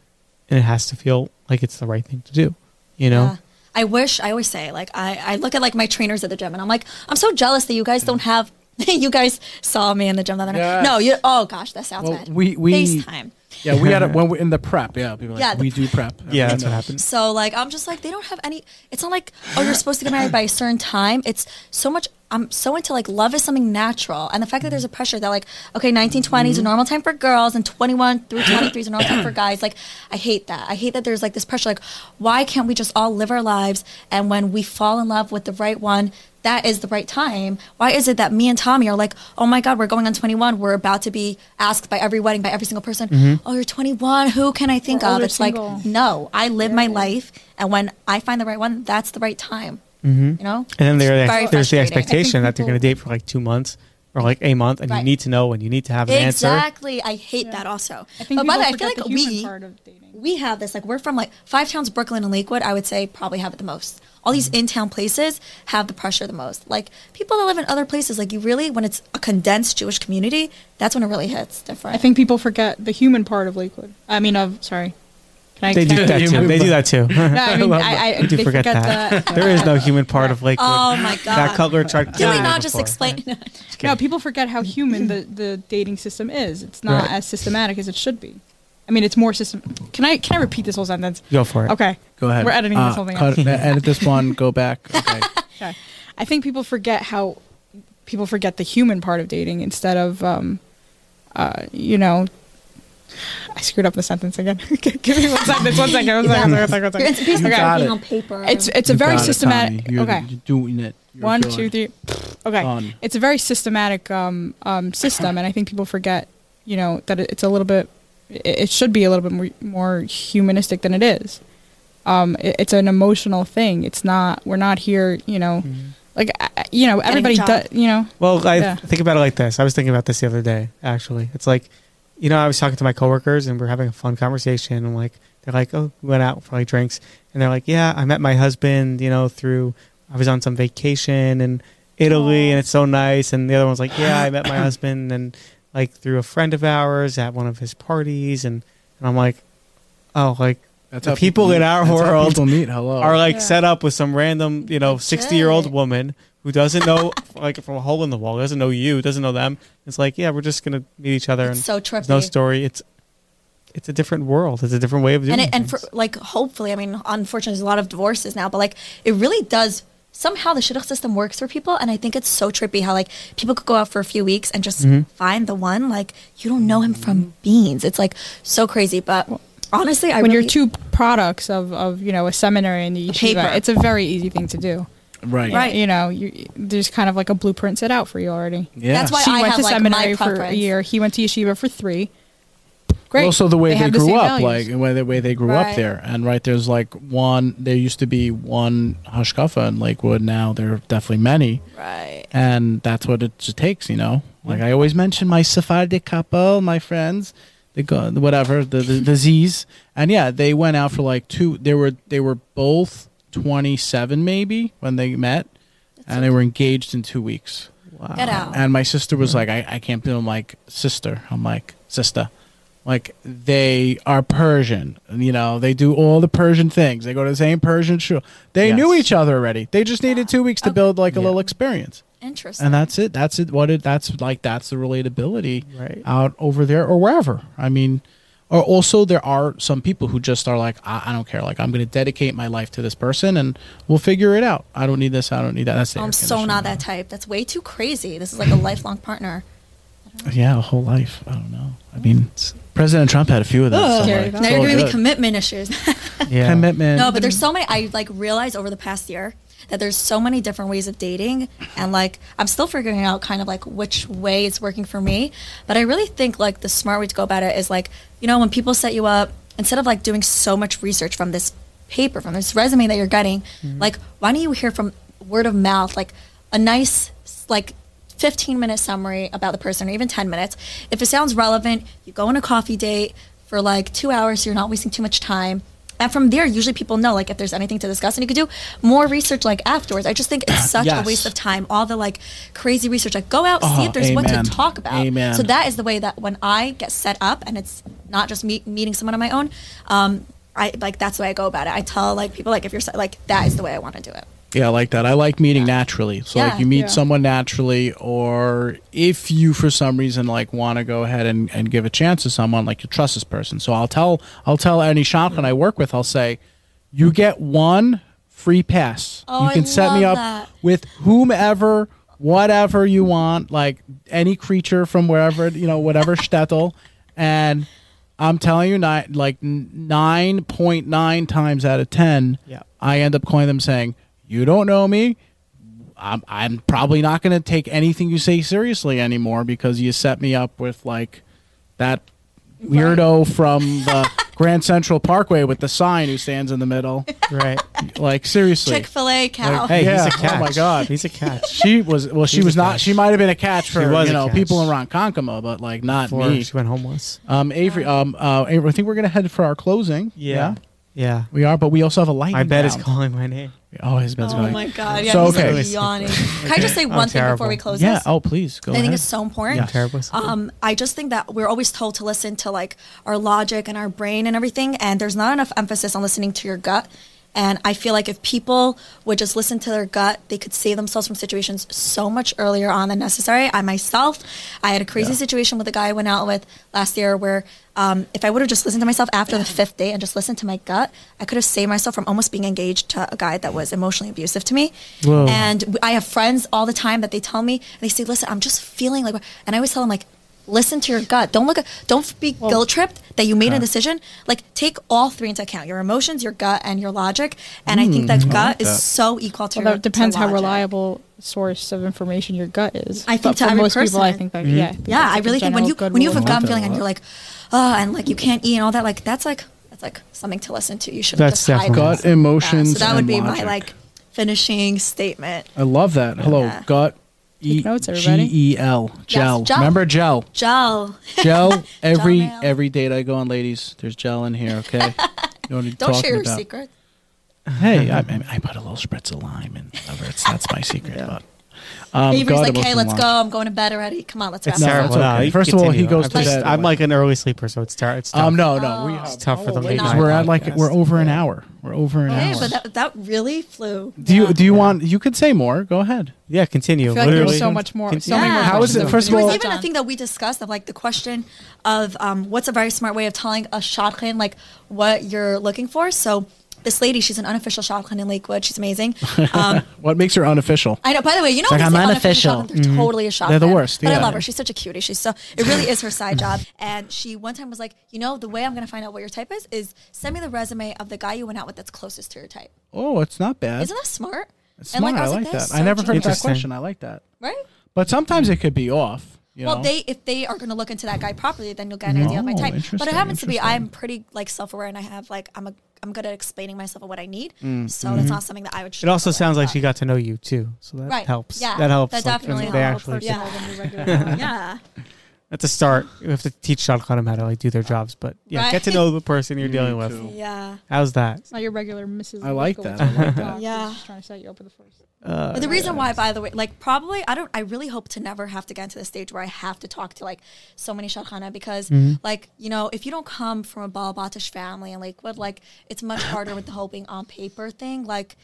and it has to feel like it's the right thing to do you know
Yeah. I wish I always say like I, I look at like my trainers at the gym and I'm like I'm so jealous that you guys don't have you guys saw me in the gym the other night.
Yes.
No, you oh gosh, that sounds
Well,
bad.
we- we-
FaceTime.
Yeah, we had it when we're in the prep. Yeah, people are like,
Yeah, the
we do prep.
Yeah, that's
Everyone
what
knows.
happened.
So like I'm just like they don't have any. It's not like oh you're supposed to get married by a certain time. It's so much. I'm so into like love is something natural, and the fact that there's a pressure that like okay 1920s is a normal time for girls and 21 through 23 is a normal time for guys. Like I hate that. I hate that there's like this pressure. Like why can't we just all live our lives and when we fall in love with the right one. That is the right time. Why is it that me and Tommy are like, oh my God, we're going on 21. We're about to be asked by every wedding, by every single person, oh, you're 21. Who can I think
Or
of?
older
It's
single.
like, no, I live my life, and when I find the right one, that's the right time. You know,
Mm-hmm. And then there,
It's very
there's the
frustrating.
expectation that they're going
people-
to date for like two months or like a month, and you
Right.
need to know and you need to have an answer.
exactly. I hate that also. but by the way, I
people
feel
forget
like
the human
we
part of dating.
we have this. Like we're from like five towns, Brooklyn and Lakewood. I would say probably have it the most. All these
Mm-hmm.
in town places have the pressure the most. Like people that live in other places, like you really, when it's a condensed Jewish community, that's when it really hits different.
I think people forget the human part of Lakewood. I mean, of sorry. Can I?
They do
can I-
that too. They do that too.
No, I mean, I, I,
I do
they
forget that. There is no human part of Lakewood.
Oh my
That
God.
Cutler tried.
Can
killing
we
me
not just
before.
explain?
No, people forget how human the, the dating system is. It's not
Right.
as systematic as it should be. I mean, it's more system. Can I can I repeat this whole sentence?
Go for it.
Okay.
Go ahead.
We're editing
Uh,
this whole thing. out.
cut- edit this one. Go back. Okay.
Okay. I think people forget how people forget the human part of dating instead of, um, uh, you know, I screwed up the sentence again. Give me one sentence. One second. One second. One second. One
Your
second.
insecurities
You
are
got
being
it.
on paper.
It's it's a
You
very
got it,
systematic.
Tommy. You're,
okay.
you're doing it. You're Oh.
One,
doing
two,
it.
three. Okay.
Done.
It's a very systematic um, um, system, and I think people forget, you know, that it- it's a little bit. It it should be a little bit more, more humanistic than it is. Um, it, it's an emotional thing. It's not. We're not here, you know.
Hmm. Mm.
Like I- I- you know,
Getting a
everybody
job.
does. You know,
Well, I
Yeah.
think about it like this. I was thinking about this the other day, actually. It's like, you know, I was talking to my coworkers and we are having a fun conversation. And like, they're like, oh, we went out for like drinks. And they're like, yeah, I met my husband, you know, through, I was on some vacation in Italy and it's so nice. And the other one's like, yeah, I met my husband and like through a friend of ours at one of his parties. And, and I'm like, oh, like,
That's
the
how
people in
meet.
our
That's how
world
people meet. Hello.
are like
Yeah.
set up with some random, you know,
Legit.
sixty year old woman who doesn't know like from a hole in the wall, doesn't know you, doesn't know them. It's like, yeah, we're just gonna meet each other
It's
and
so
there's no
trippy.
story. It's it's a different world. It's a different way of doing
and
it.
it, and for like hopefully i mean unfortunately there's a lot of divorces now but like it really does somehow the shidduch system works for people and i think it's so trippy how like people could go out for a few weeks and just
Mm-hmm.
find the one like you don't know him from beans it's like so crazy but honestly i
when
really,
you're two products of, of you know a seminary and the yeshiva,
paper.
it's a very easy thing to do.
right.
Right.
You know, you, there's kind of like a blueprint set out for you already.
Yeah.
That's why-
She
I
went
have,
to
like,
seminary
my
for a
preference.
year. He went to yeshiva for three. Great.
Also, the way they,
have
grew
same
up,
values.
like the way the way they grew up
Right.
there, and right there's like one. There used to be one hashkafa in Lakewood. Now there are definitely many,
right
and that's what it just takes. You know, like I always mention my Sephardic couple, my friends, the go- whatever the, the the Z's, and yeah, they went out for like two. They were they were both 27 maybe when they met, and they were engaged in two weeks.
wow.
get out
And my sister was like, I, I can't believe I'm like, sister. I'm like, sister. Like, they are Persian. You know, they do all the Persian things. They go to the same Persian shul. They
Yes. Um,
knew each other already. They just needed two weeks to build like a
Yeah.
little experience.
interesting
And that's it. That's it. What it, that's like, that's the relatability
Right.
out over there or wherever. I mean, or also there are some people who just are like, I, I don't care. Like, I'm going to dedicate my life to this person and we'll figure it out. I don't need this. I don't need that. That's the air
i'm so
conditioner.
not that type that's way too crazy this is like a lifelong partner
Yeah, a whole life. I don't know. I mean, it's- President Trump had a few of them.
Oh,
Ugh. Carry it
it's
on.
now
all
you're giving me
good.
commitment issues
Yeah.
commitment.
No, but there's so many. I like realized over the past year that there's so many different ways of dating, and like I'm still figuring out kind of like which way is working for me. But I really think like the smart way to go about it is like you know when people set you up, instead of like doing so much research from this paper, from this resume that you're getting, like why don't you hear from word of mouth, like a nice like 15 minute summary about the person or even 10 minutes. If it sounds relevant, you go on a coffee date for like two hours so you're not wasting too much time. And from there, usually people know like if there's anything to discuss and you could do more research like afterwards. I just think it's such
Yes.
a waste of time. All the like crazy research, like go out, see
Oh,
if there's what to
amen.
talk about.
Amen.
So that is the way that when I get set up and it's not just me meeting someone on my own, um, I like that's the way I go about it. I tell like people like if you're s- like that is the way I want to do it.
Yeah, I like that. I like meeting naturally. So
Yeah.
like you meet
Yeah.
someone naturally or if you for some reason like want to go ahead and, and give a chance to someone, like you trust this person. So I'll tell I'll tell any shotgun I work with, I'll say, You get one free pass.
Oh,
you
I
can set me up
love that.
with whomever, whatever you want, like any creature from wherever, you know, whatever shtetl. And I'm telling you, ni- like n- 9.9 times out of 10,
Yeah.
I end up calling them saying, You don't know me. I'm, I'm probably not going to take anything you say seriously anymore because you set me up with like that weirdo from the Grand Central Parkway with the sign who stands in the middle.
Right.
Like, seriously.
Chick Fil A cow.
Like,
Hey,
Yeah,
he's a
oh
catch.
my God.
He's a catch.
She was well. She
She's
was
a
not.
catch.
She might have been a catch for
was
you
a
know
catch.
people in Ronkonkoma, but like not
Before
me.
she went homeless.
Um, Avery. Um, uh, Avery, I think we're gonna head for our closing.
Yeah.
we are. But we also have a light.
My bed is calling my name.
Oh, his bed's
Oh
going.
my god! Yeah,
So,
he's
okay.
like yawning. Can I just say
I'm
one thing
terrible.
before we close
Yeah.
this?
Oh, please go
I think
ahead.
it's so important.
Yeah.
I'm terrible. at something.
Um, I just think that we're always told to listen to like our logic and our brain and everything, and there's not enough emphasis on listening to your gut. And I feel like if people would just listen to their gut, they could save themselves from situations so much earlier on than necessary. I myself, I had a crazy situation with a guy I went out with last year where um, if I would have just listened to myself after the fifth date and just listened to my gut, I could have saved myself from almost being engaged to a guy that was emotionally abusive to me.
Whoa.
And and w- I have friends all the time that they tell me, and they say, "Listen, I'm just feeling like," and I always tell them like. Listen to your gut. Don't look. At, don't be guilt tripped that you made a decision. Like take all three into account: your emotions, your gut, and your logic. And I think that gut
Mm, that.
is so equal to.
Well,
your,
that depends
to
how
logic.
reliable source of information your gut is.
I think
But
to
for
every
most people, I
person.
think that
Mm-hmm.
yeah, think
Yeah,
that's
I
like a
really think when
general
you
good
when you have
rule
a
of
gut
thumb.
feeling and you're like, oh, and like you can't eat and all that, like that's like that's like something to listen to. You should
That's
just hide
definitely-
from
Gut,
yourself. Yeah,
emotions,
So that
and
would be
logic.
my like finishing statement.
I love that. Hello,
Yeah.
gut. E-
notes, everybody.
G E L gel.
gel.
Remember gel.
Gel.
Gel. Every
nail.
every date I go on, ladies, there's gel in here. Okay. You know what I'm
Don't
talking
share your
about.
secret.
Hey, I, I, I put a little spritz of lime in. Whatever. It's, that's my secret. But um,
Avery's
God,
like,
it
hey,
wasn't
let's
long.
go. I'm going to bed already. Come on, let's wrap
It's
No,
up.
terrible.
that's okay.
you
First of all, he
continue.
goes
I'm
to
just-
bed.
I'm like an early sleeper, so it's, tar- it's tough.
Um, no, no, we
Oh.
have
It's
tough for the late
because
night
we're at like
podcast.
we're over an hour. We're over an
Hey,
hour.
but that, that really flew.
do you
Yeah.
do you want? You could say more. Go ahead.
Yeah, continue.
I feel like
Literally.
there's so much more. So
Continue.
many more
Yeah. How is
questions
it-
that
first of
we
There
all-
was
could
even
touch
a
on.
thing that we discussed of like the question of um, what's a very smart way of telling a shotgun like what you're looking for. So this lady, she's an unofficial shotgun in Lakewood. She's amazing. Um,
What makes her unofficial?
I know. By the way, you know
Like,
when
I'm
they say
unofficial. Mm-hmm.
unofficial. shotgun, They're totally a shotgun.
They're the worst,
But
yeah.
I love her. She's such a cutie. She's so. It really is her side job. And she one time was like, you know, the way I'm gonna find out what your type is is send me the resume of the guy you went out with that's closest to your type.
Oh, it's not bad.
Isn't that smart?
It's smart. I,
was
like that.
is
I
so
never heard of that
Interesting.
question. I like that.
right?
But sometimes it could be off. You
well,
know?
they if they are going to look into that guy properly, then you'll get an idea of my
Oh,
type. But
interesting,
it happens to be
interesting.
I'm pretty like self aware, and I have like I'm a I'm good at explaining myself of what I need.
Hmm. Mm-hmm.
So it's not something that I would.
It also
struggle
sounds
with,
like she got to know you too, so that
but- right.
helps.
Yeah,
that helps.
That
like,
definitely
they
helps.
actually
yeah. yeah.
at the start, you have to teach Sean Cunham how to like do their jobs, but yeah,
Right.
get to know the person you're dealing with.
too.
Yeah.
How's that?
It's not your regular Mrs.
I like
Lithgow
that. I like
dog who's
Yeah.
just trying to set you up with the first.
Uh,
But the reason why, by the way, like probably I don't. I really hope to never have to get into the stage where I have to talk to like so many Shadhana because,
Mm-hmm.
like you know, if you don't come from a Balabatish family in Lakewood, like it's much harder with the whole being on paper thing. Like,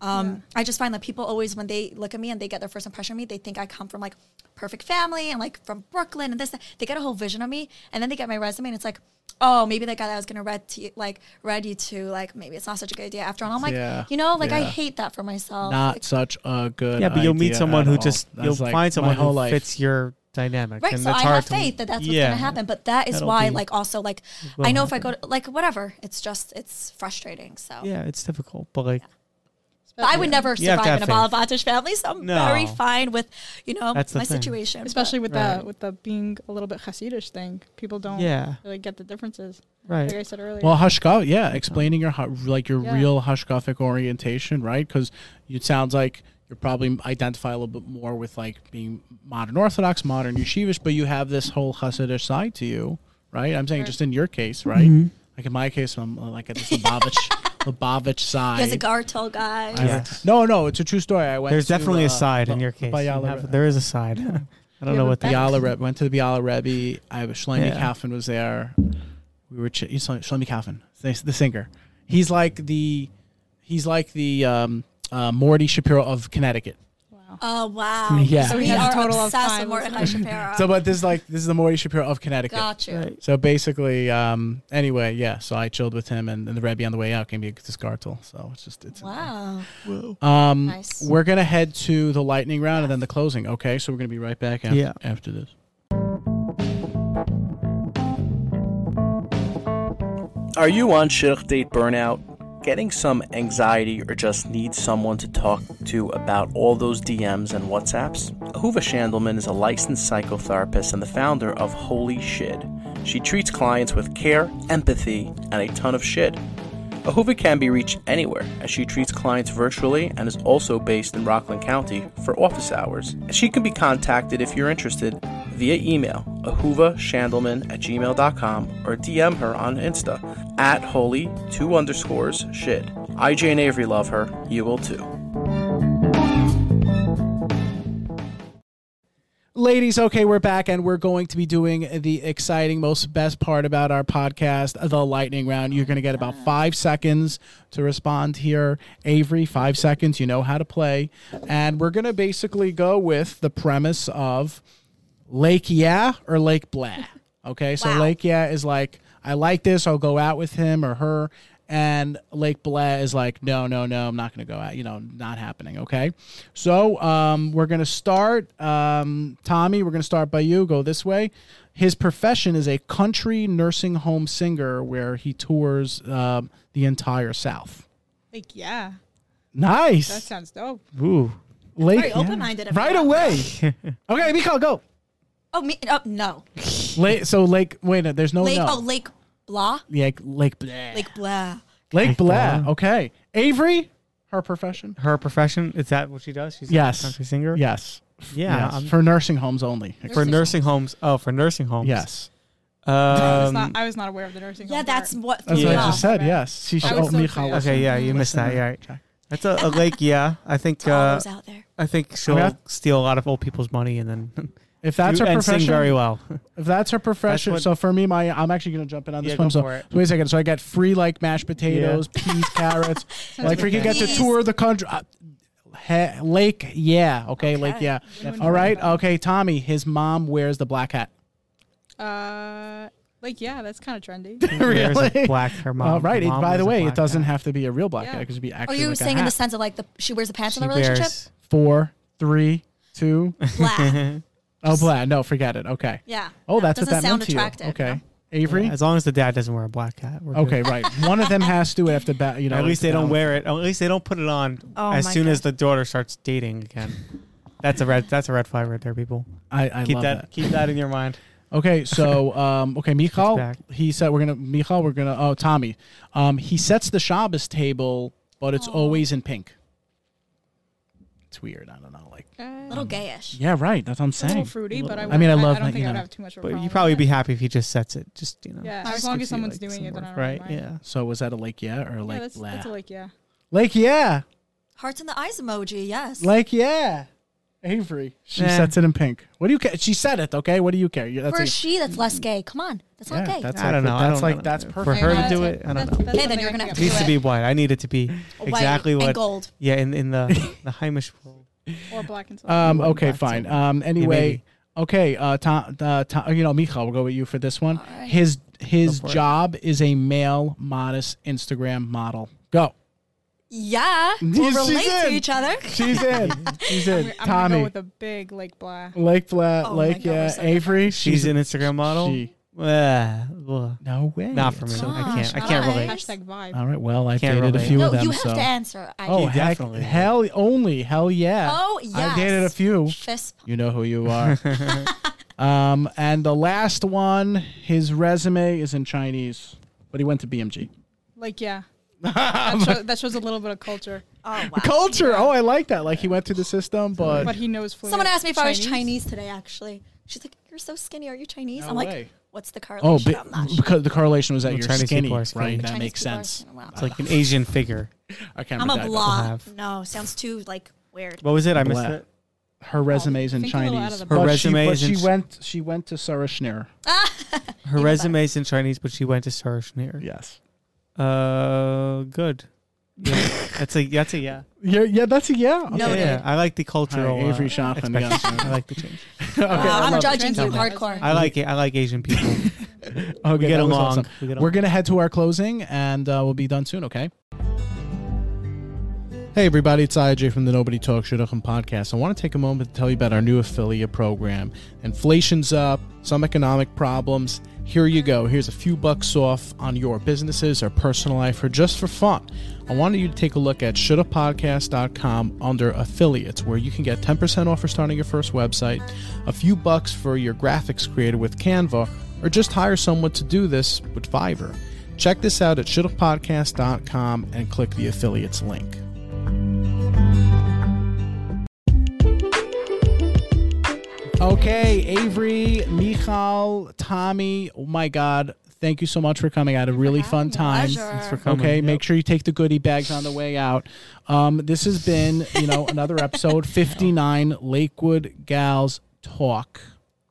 um, I just find that people always when they look at me and they get their first impression of me, they think I come from like perfect family and like from Brooklyn and this. that. They get a whole vision of me, and then they get my resume and it's like. Oh, maybe that guy that I was gonna read to you, like read you to, like maybe it's not such a good idea after all. I'm like,
Yeah,
you know, like I
yeah.
hate that for myself.
not
Like,
such a good.
yeah, but you'll meet
idea
someone
at
who
all.
just
That's
you'll
like
find someone
my whole
who
life.
fits your dynamic.
Right,
and
so I
it's hard
have
to-
faith that that's what's
yeah.
going to happen. But that is
That'll
why,
be-
like, also, like,
will
I know if I go to, like, whatever, it's just, it's frustrating. So,
Yeah, it's difficult, but like
but I would never
You have to
survive in a
have
Balabatish family. So I'm
No.
very fine with, you know,
That's the
my
thing.
situation. but-
Especially with
Right.
the with the being a little bit Hasidish thing, people don't
yeah,
really get the differences.
right.
Like I said earlier,
Well, Hushkov, yeah, explaining your hu- like your
Yeah.
real Hushkovic orientation, right? Because it sounds like you're probably identify a little bit more with like being modern Orthodox, modern yeshivish, but you have this whole Hasidic side to you, right? I'm saying just in your case, right?
Mm-hmm.
Like in my case, I'm uh, like at this Lubavitch, Lubavitch side.
he has a Gartel guy.
I-
Yes.
No, no, it's a true story. I went.
There's
to,
definitely
uh,
a side in
Lu-
your case. You
Lubayala-
have- there is a side. I don't
You
know
have a
what
the
the
back.
Yala Rebbe, went to the Biala Rebbe. I was Shlomi
Yeah.
Kaufman was there. we were ch- he's like, Shlomi Kaufman, the the singer. He's like the he's like the um, uh, Morty Shapiro of Connecticut.
Oh wow!
Yeah.
So we
That's
are
a total of
obsessed
five
with Mordecai Shapiro.
So, but this is like this is the Morty Shapiro of Connecticut.
Got you.
Right.
So basically, um, anyway, yeah. So I chilled with him, and, and the Rebbe on the way out gave me a discartle. So it's just it's
Wow.
Um,
Nice.
We're gonna head to the lightning round and then the closing. Okay, so we're gonna be right back after,
Yeah.
after this.
Are you on shidduch date burnout? Getting some anxiety or just need someone to talk to about all those DMs and WhatsApps? Ahuva Shandelman is a licensed psychotherapist and the founder of Holy Shit. She treats clients with care, empathy, and a ton of shit. Ahuva can be reached anywhere as she treats clients virtually and is also based in Rockland County for office hours. She can be contacted if you're interested via email ahuvashandelman at gmail.com or DM her on Insta at holy two underscores shit. IJ and Avery love her. You will too.
Ladies, okay, we're back and we're going to be doing the exciting, most best part about our podcast, the lightning round. You're going to get about five seconds to respond here. Avery, five seconds. You know how to play. And we're going to basically go with the premise of Lake Yeah or Lake Blah. Okay, so
Wow.
Lake Yeah is like, I like this, I'll go out with him or her. And Lake Blah is like, no, no, no, I'm not going to go out. You know, not happening. Okay. So um, we're going to start. Um, Tommy, we're going to start by you. Go this way. His profession is a country nursing home singer where he tours um, the entire South.
Like, yeah,
Nice.
that sounds dope.
Ooh.
Lake,
Very open-minded.
Right
everyone.
away. okay, Mikal, go.
Oh me. Oh no.
Lake, so Lake, wait, no, there's no
Lake.
no.
Oh Lake Blah.
Like Lake Blair. Lake,
Lake Blah.
Lake Blair.
Blair.
Okay. Avery, her profession?
Her profession is that what she does? She's
Yes.
a country singer.
Yes.
Yeah,
Yes.
I'm-
For nursing homes only.
For nursing homes. Oh, for nursing homes.
Yes.
I, was
Um,
not, I was not aware of the nursing.
Yeah,
home
that's
part.
what.
That's
threw
what
me
I
Yeah.
just
off.
said. Yes. She
I
should,
would
oh,
still
Michal.
say
was-
okay. Yeah, you missed that. Yeah. Right. That's a, a lake. Yeah, I think.
To all
Uh,
those out there.
I think she'll
Okay.
steal a lot of old people's money and then
If that's her
and
profession,
sing very well.
if that's her profession,
what-
so for me, my I'm actually going to jump in on this
Yeah,
one.
go
So,
for it.
so wait a second. So I get free like mashed potatoes, peas, carrots. like we
like
could get to
peas.
tour the country. Uh, he- lake, yeah. Okay, Lake,
Okay.
yeah.
Definitely.
All right. Okay, Tommy. His mom wears the black hat.
Uh, like, yeah, that's kind of trendy.
There's
Really?
a black her mom.
Uh, right.
her
It,
mom
by
wears
the
a
way, it
black
doesn't
hat.
have to be a real black
Yeah.
hat. It could be
Oh,
actually.
you were
like a
saying in the
hat.
sense of like the she wears the pants
She
in the relationship.
wears-
Four, three, two.
Blah.
Oh, black. No, forget it. Okay.
Yeah.
Oh, that's what that
doesn't
meant
sound
to you.
attractive,
Okay.
no.
Avery.
As long as the dad doesn't wear a black hat. we're good.
Okay, right. One of them has to have to. Ba- you know.
At least they don't
balance.
wear it. At least they don't put it on
Oh
as
my
soon
God.
as the daughter starts dating again. That's a red. That's a red flag right there, people.
I, I
keep
love
that,
that.
Keep that in your mind.
Okay, so um, okay, Michal.
back.
He said we're gonna Michal. We're gonna. Oh, Tommy. Um, he sets the Shabbos table, but
Oh.
it's always in pink. It's weird. I don't know. Like.
A
Uh,
Um,
little gayish.
Yeah, right. That's what I'm
a
saying.
little fruity, but I,
I mean, I
wouldn't-
love
I don't
that,
think
you
I'd
know.
have too much. Of a
But
problem
you'd probably
with
be happy if he just sets it. Just you know.
Yeah,
just
as long
gives
as
you,
someone's doing
some
it, then
work,
I don't
right?
mind.
Yeah.
So was that a lake? Yeah, or a
it.
lake?
Yeah, that's,
blah?
that's a like, yeah.
Lake. Yeah.
Hearts in the eyes emoji. Yes.
Like, yeah. Avery. She
Nah.
sets it in pink. What do you care? She said it, okay? What do you care? You- That's
For
a-
a she, that's less gay. Come on, that's not
Yeah,
gay.
that's-
I don't
like-
know. I
that's
don't
like-
know.
that's
For
perfect.
her
Yeah,
to do
that's-
it, I don't
that's-
know.
that's
Hey, then
something
you're
I
gonna
can
have
It
get
needs to
with.
be white. I need it to be exactly
and
what.
gold.
Yeah, in in the the Heimish world.
or black
uh,
and silver.
um,
wouldn't
okay,
back
fine.
someone.
Um, anyway,
maybe.
okay, uh, Tom, uh, Tom, you know, Michal, we'll go with you for this one.
right.
His his
Go for it.
job is a male, modest Instagram model. Go.
yeah, we'll
She's
relate to
in.
each other.
She's in. She's in.
I'm gonna go
Tommy.
with a big like blah.
Lake Flat,
Oh my
Lake,
God, we're
yeah.
so
Avery.
She's an Instagram model.
she-
Ah, ugh.
No way.
Not for me.
It's-
I can't. I
Gosh,
can't
guys.
relate.
Hashtag vibe.
Uh,
All right, well, I
Can't
dated a
relate.
few
no,
of them.
you have
so.
to answer. I
Oh,
oh,
heck,
definitely.
hell, only. Hell yeah.
oh yes.
I dated a few.
Fist pump.
You know who you are. um, and the last one, his resume is in Chinese, but he went to BMG.
Like, yeah. that, show, that shows a little bit of culture.
Oh wow.
Culture. Oh, I like that. Like he went through the system, but,
But he knows fluent
Someone asked me if I was Chinese today. Actually, she's like, "You're so skinny. Are you Chinese?"
No
I'm like,
way.
"What's the correlation?"
oh, be-
I'm not sure.
because the correlation was that
Well,
you're
Chinese
skinny,
people are
right?
skinny.
That
Chinese
makes
people are
sense.
skinny. Wow.
It's like an Asian figure.
I can't.
I'm a
remember that.
blob.
have.
No, sounds too like weird.
What was it? I missed
Blah.
it.
her resumes in
think a little out
Chinese.
of the
But
box. Her
she-
resume
but
is
she,
in Ch-
went. She went to Sarah Schneer.
Her resume's in Chinese, but she went to Sarah Schneer.
Yes.
Uh, good. Yeah, that's a that's a yeah.
Yeah. Yeah. That's a yeah.
No,
yeah, yeah. I like the cultural.
Hi, Avery
uh,
Shocklin,
expectation.
yes.
I like the change.
Wow, I'm judging you
Trans women.
hardcore.
I like it. I like Asian people.
Okay,
We get
that was
along.
awesome.
We get
We're
along.
gonna head to our closing, and uh, we'll be done soon. Okay. Hey everybody, it's IJ from the Nobody Talk Shidduchim podcast. I want to take a moment to tell you about our new affiliate program. Inflation's up, some economic problems. Here you go. Here's a few bucks off on your businesses or personal life or just for fun. I wanted you to take a look at shouldapodcast.com under affiliates, where you can get 10% off for starting your first website, a few bucks for your graphics created with Canva, or just hire someone to do this with Fiverr. Check this out at shouldapodcast.com and click the affiliates link. Okay, Avery, Michal, Tommy, oh my God, thank you so much for coming. I had a really fun time.
Pleasure.
for coming.
Okay,
Yep.
make sure you take the goodie bags on the way out. Um, this has been, you know, another episode 59 Lakewood Gals Talk.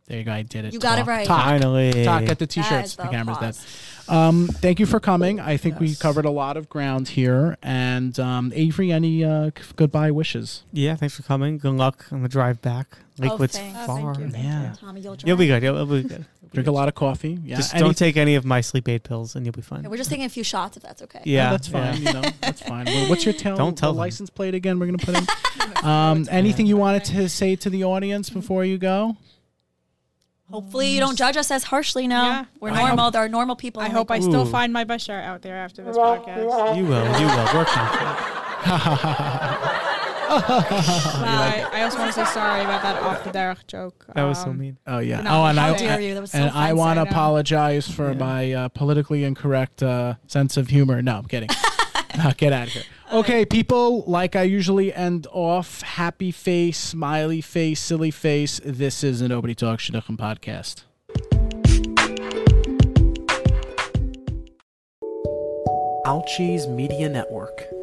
There you go, I did it.
You got it
Talk.
right.
Talk.
Finally.
Talk at the
That is
t-shirts. The,
the
camera's
pause.
dead. Um, thank you for coming. I think we
Yes.
covered a lot of ground here. And um, Avery, any uh, c- goodbye wishes?
Yeah, thanks for coming. Good luck on the drive back. Lakewood's
thanks.
Oh,
far.
thank you.
Yeah.
Tommy, you'll drive.
You'll be good. You'll, you'll be good.
Drink a lot of coffee. Yeah.
Just
Any-
don't take any of my sleep aid pills, and you'll be fine.
Yeah, We're just taking a few shots if that's okay.
Yeah,
yeah,
that's fine.
yeah.
You know, that's fine. Well, what's your tell?
Don't tell
the
them.
license plate again. We're gonna put in. Um, anything you wanted to say to the audience before you go?
Hopefully you don't judge us as harshly now.
Yeah.
We're
I
normal. There are normal people.
I
in
hope I
Lakewood.
still
Ooh.
find my best shot out there after this podcast.
You will. You will. Work on it.
I, I also want to say sorry about that off the derech joke.
That was so
Um,
mean.
Oh yeah.
No,
oh, and
how
I
dare
you. That was so
and I
fun
want to
side note.
apologize for my uh, politically incorrect uh, sense of humor. No, I'm kidding. Uh, get out of here. Okay, people. Like I usually end off, happy face, smiley face, silly face. This is the Nobody Talks Shidduchim podcast.
Alchi's Media Network.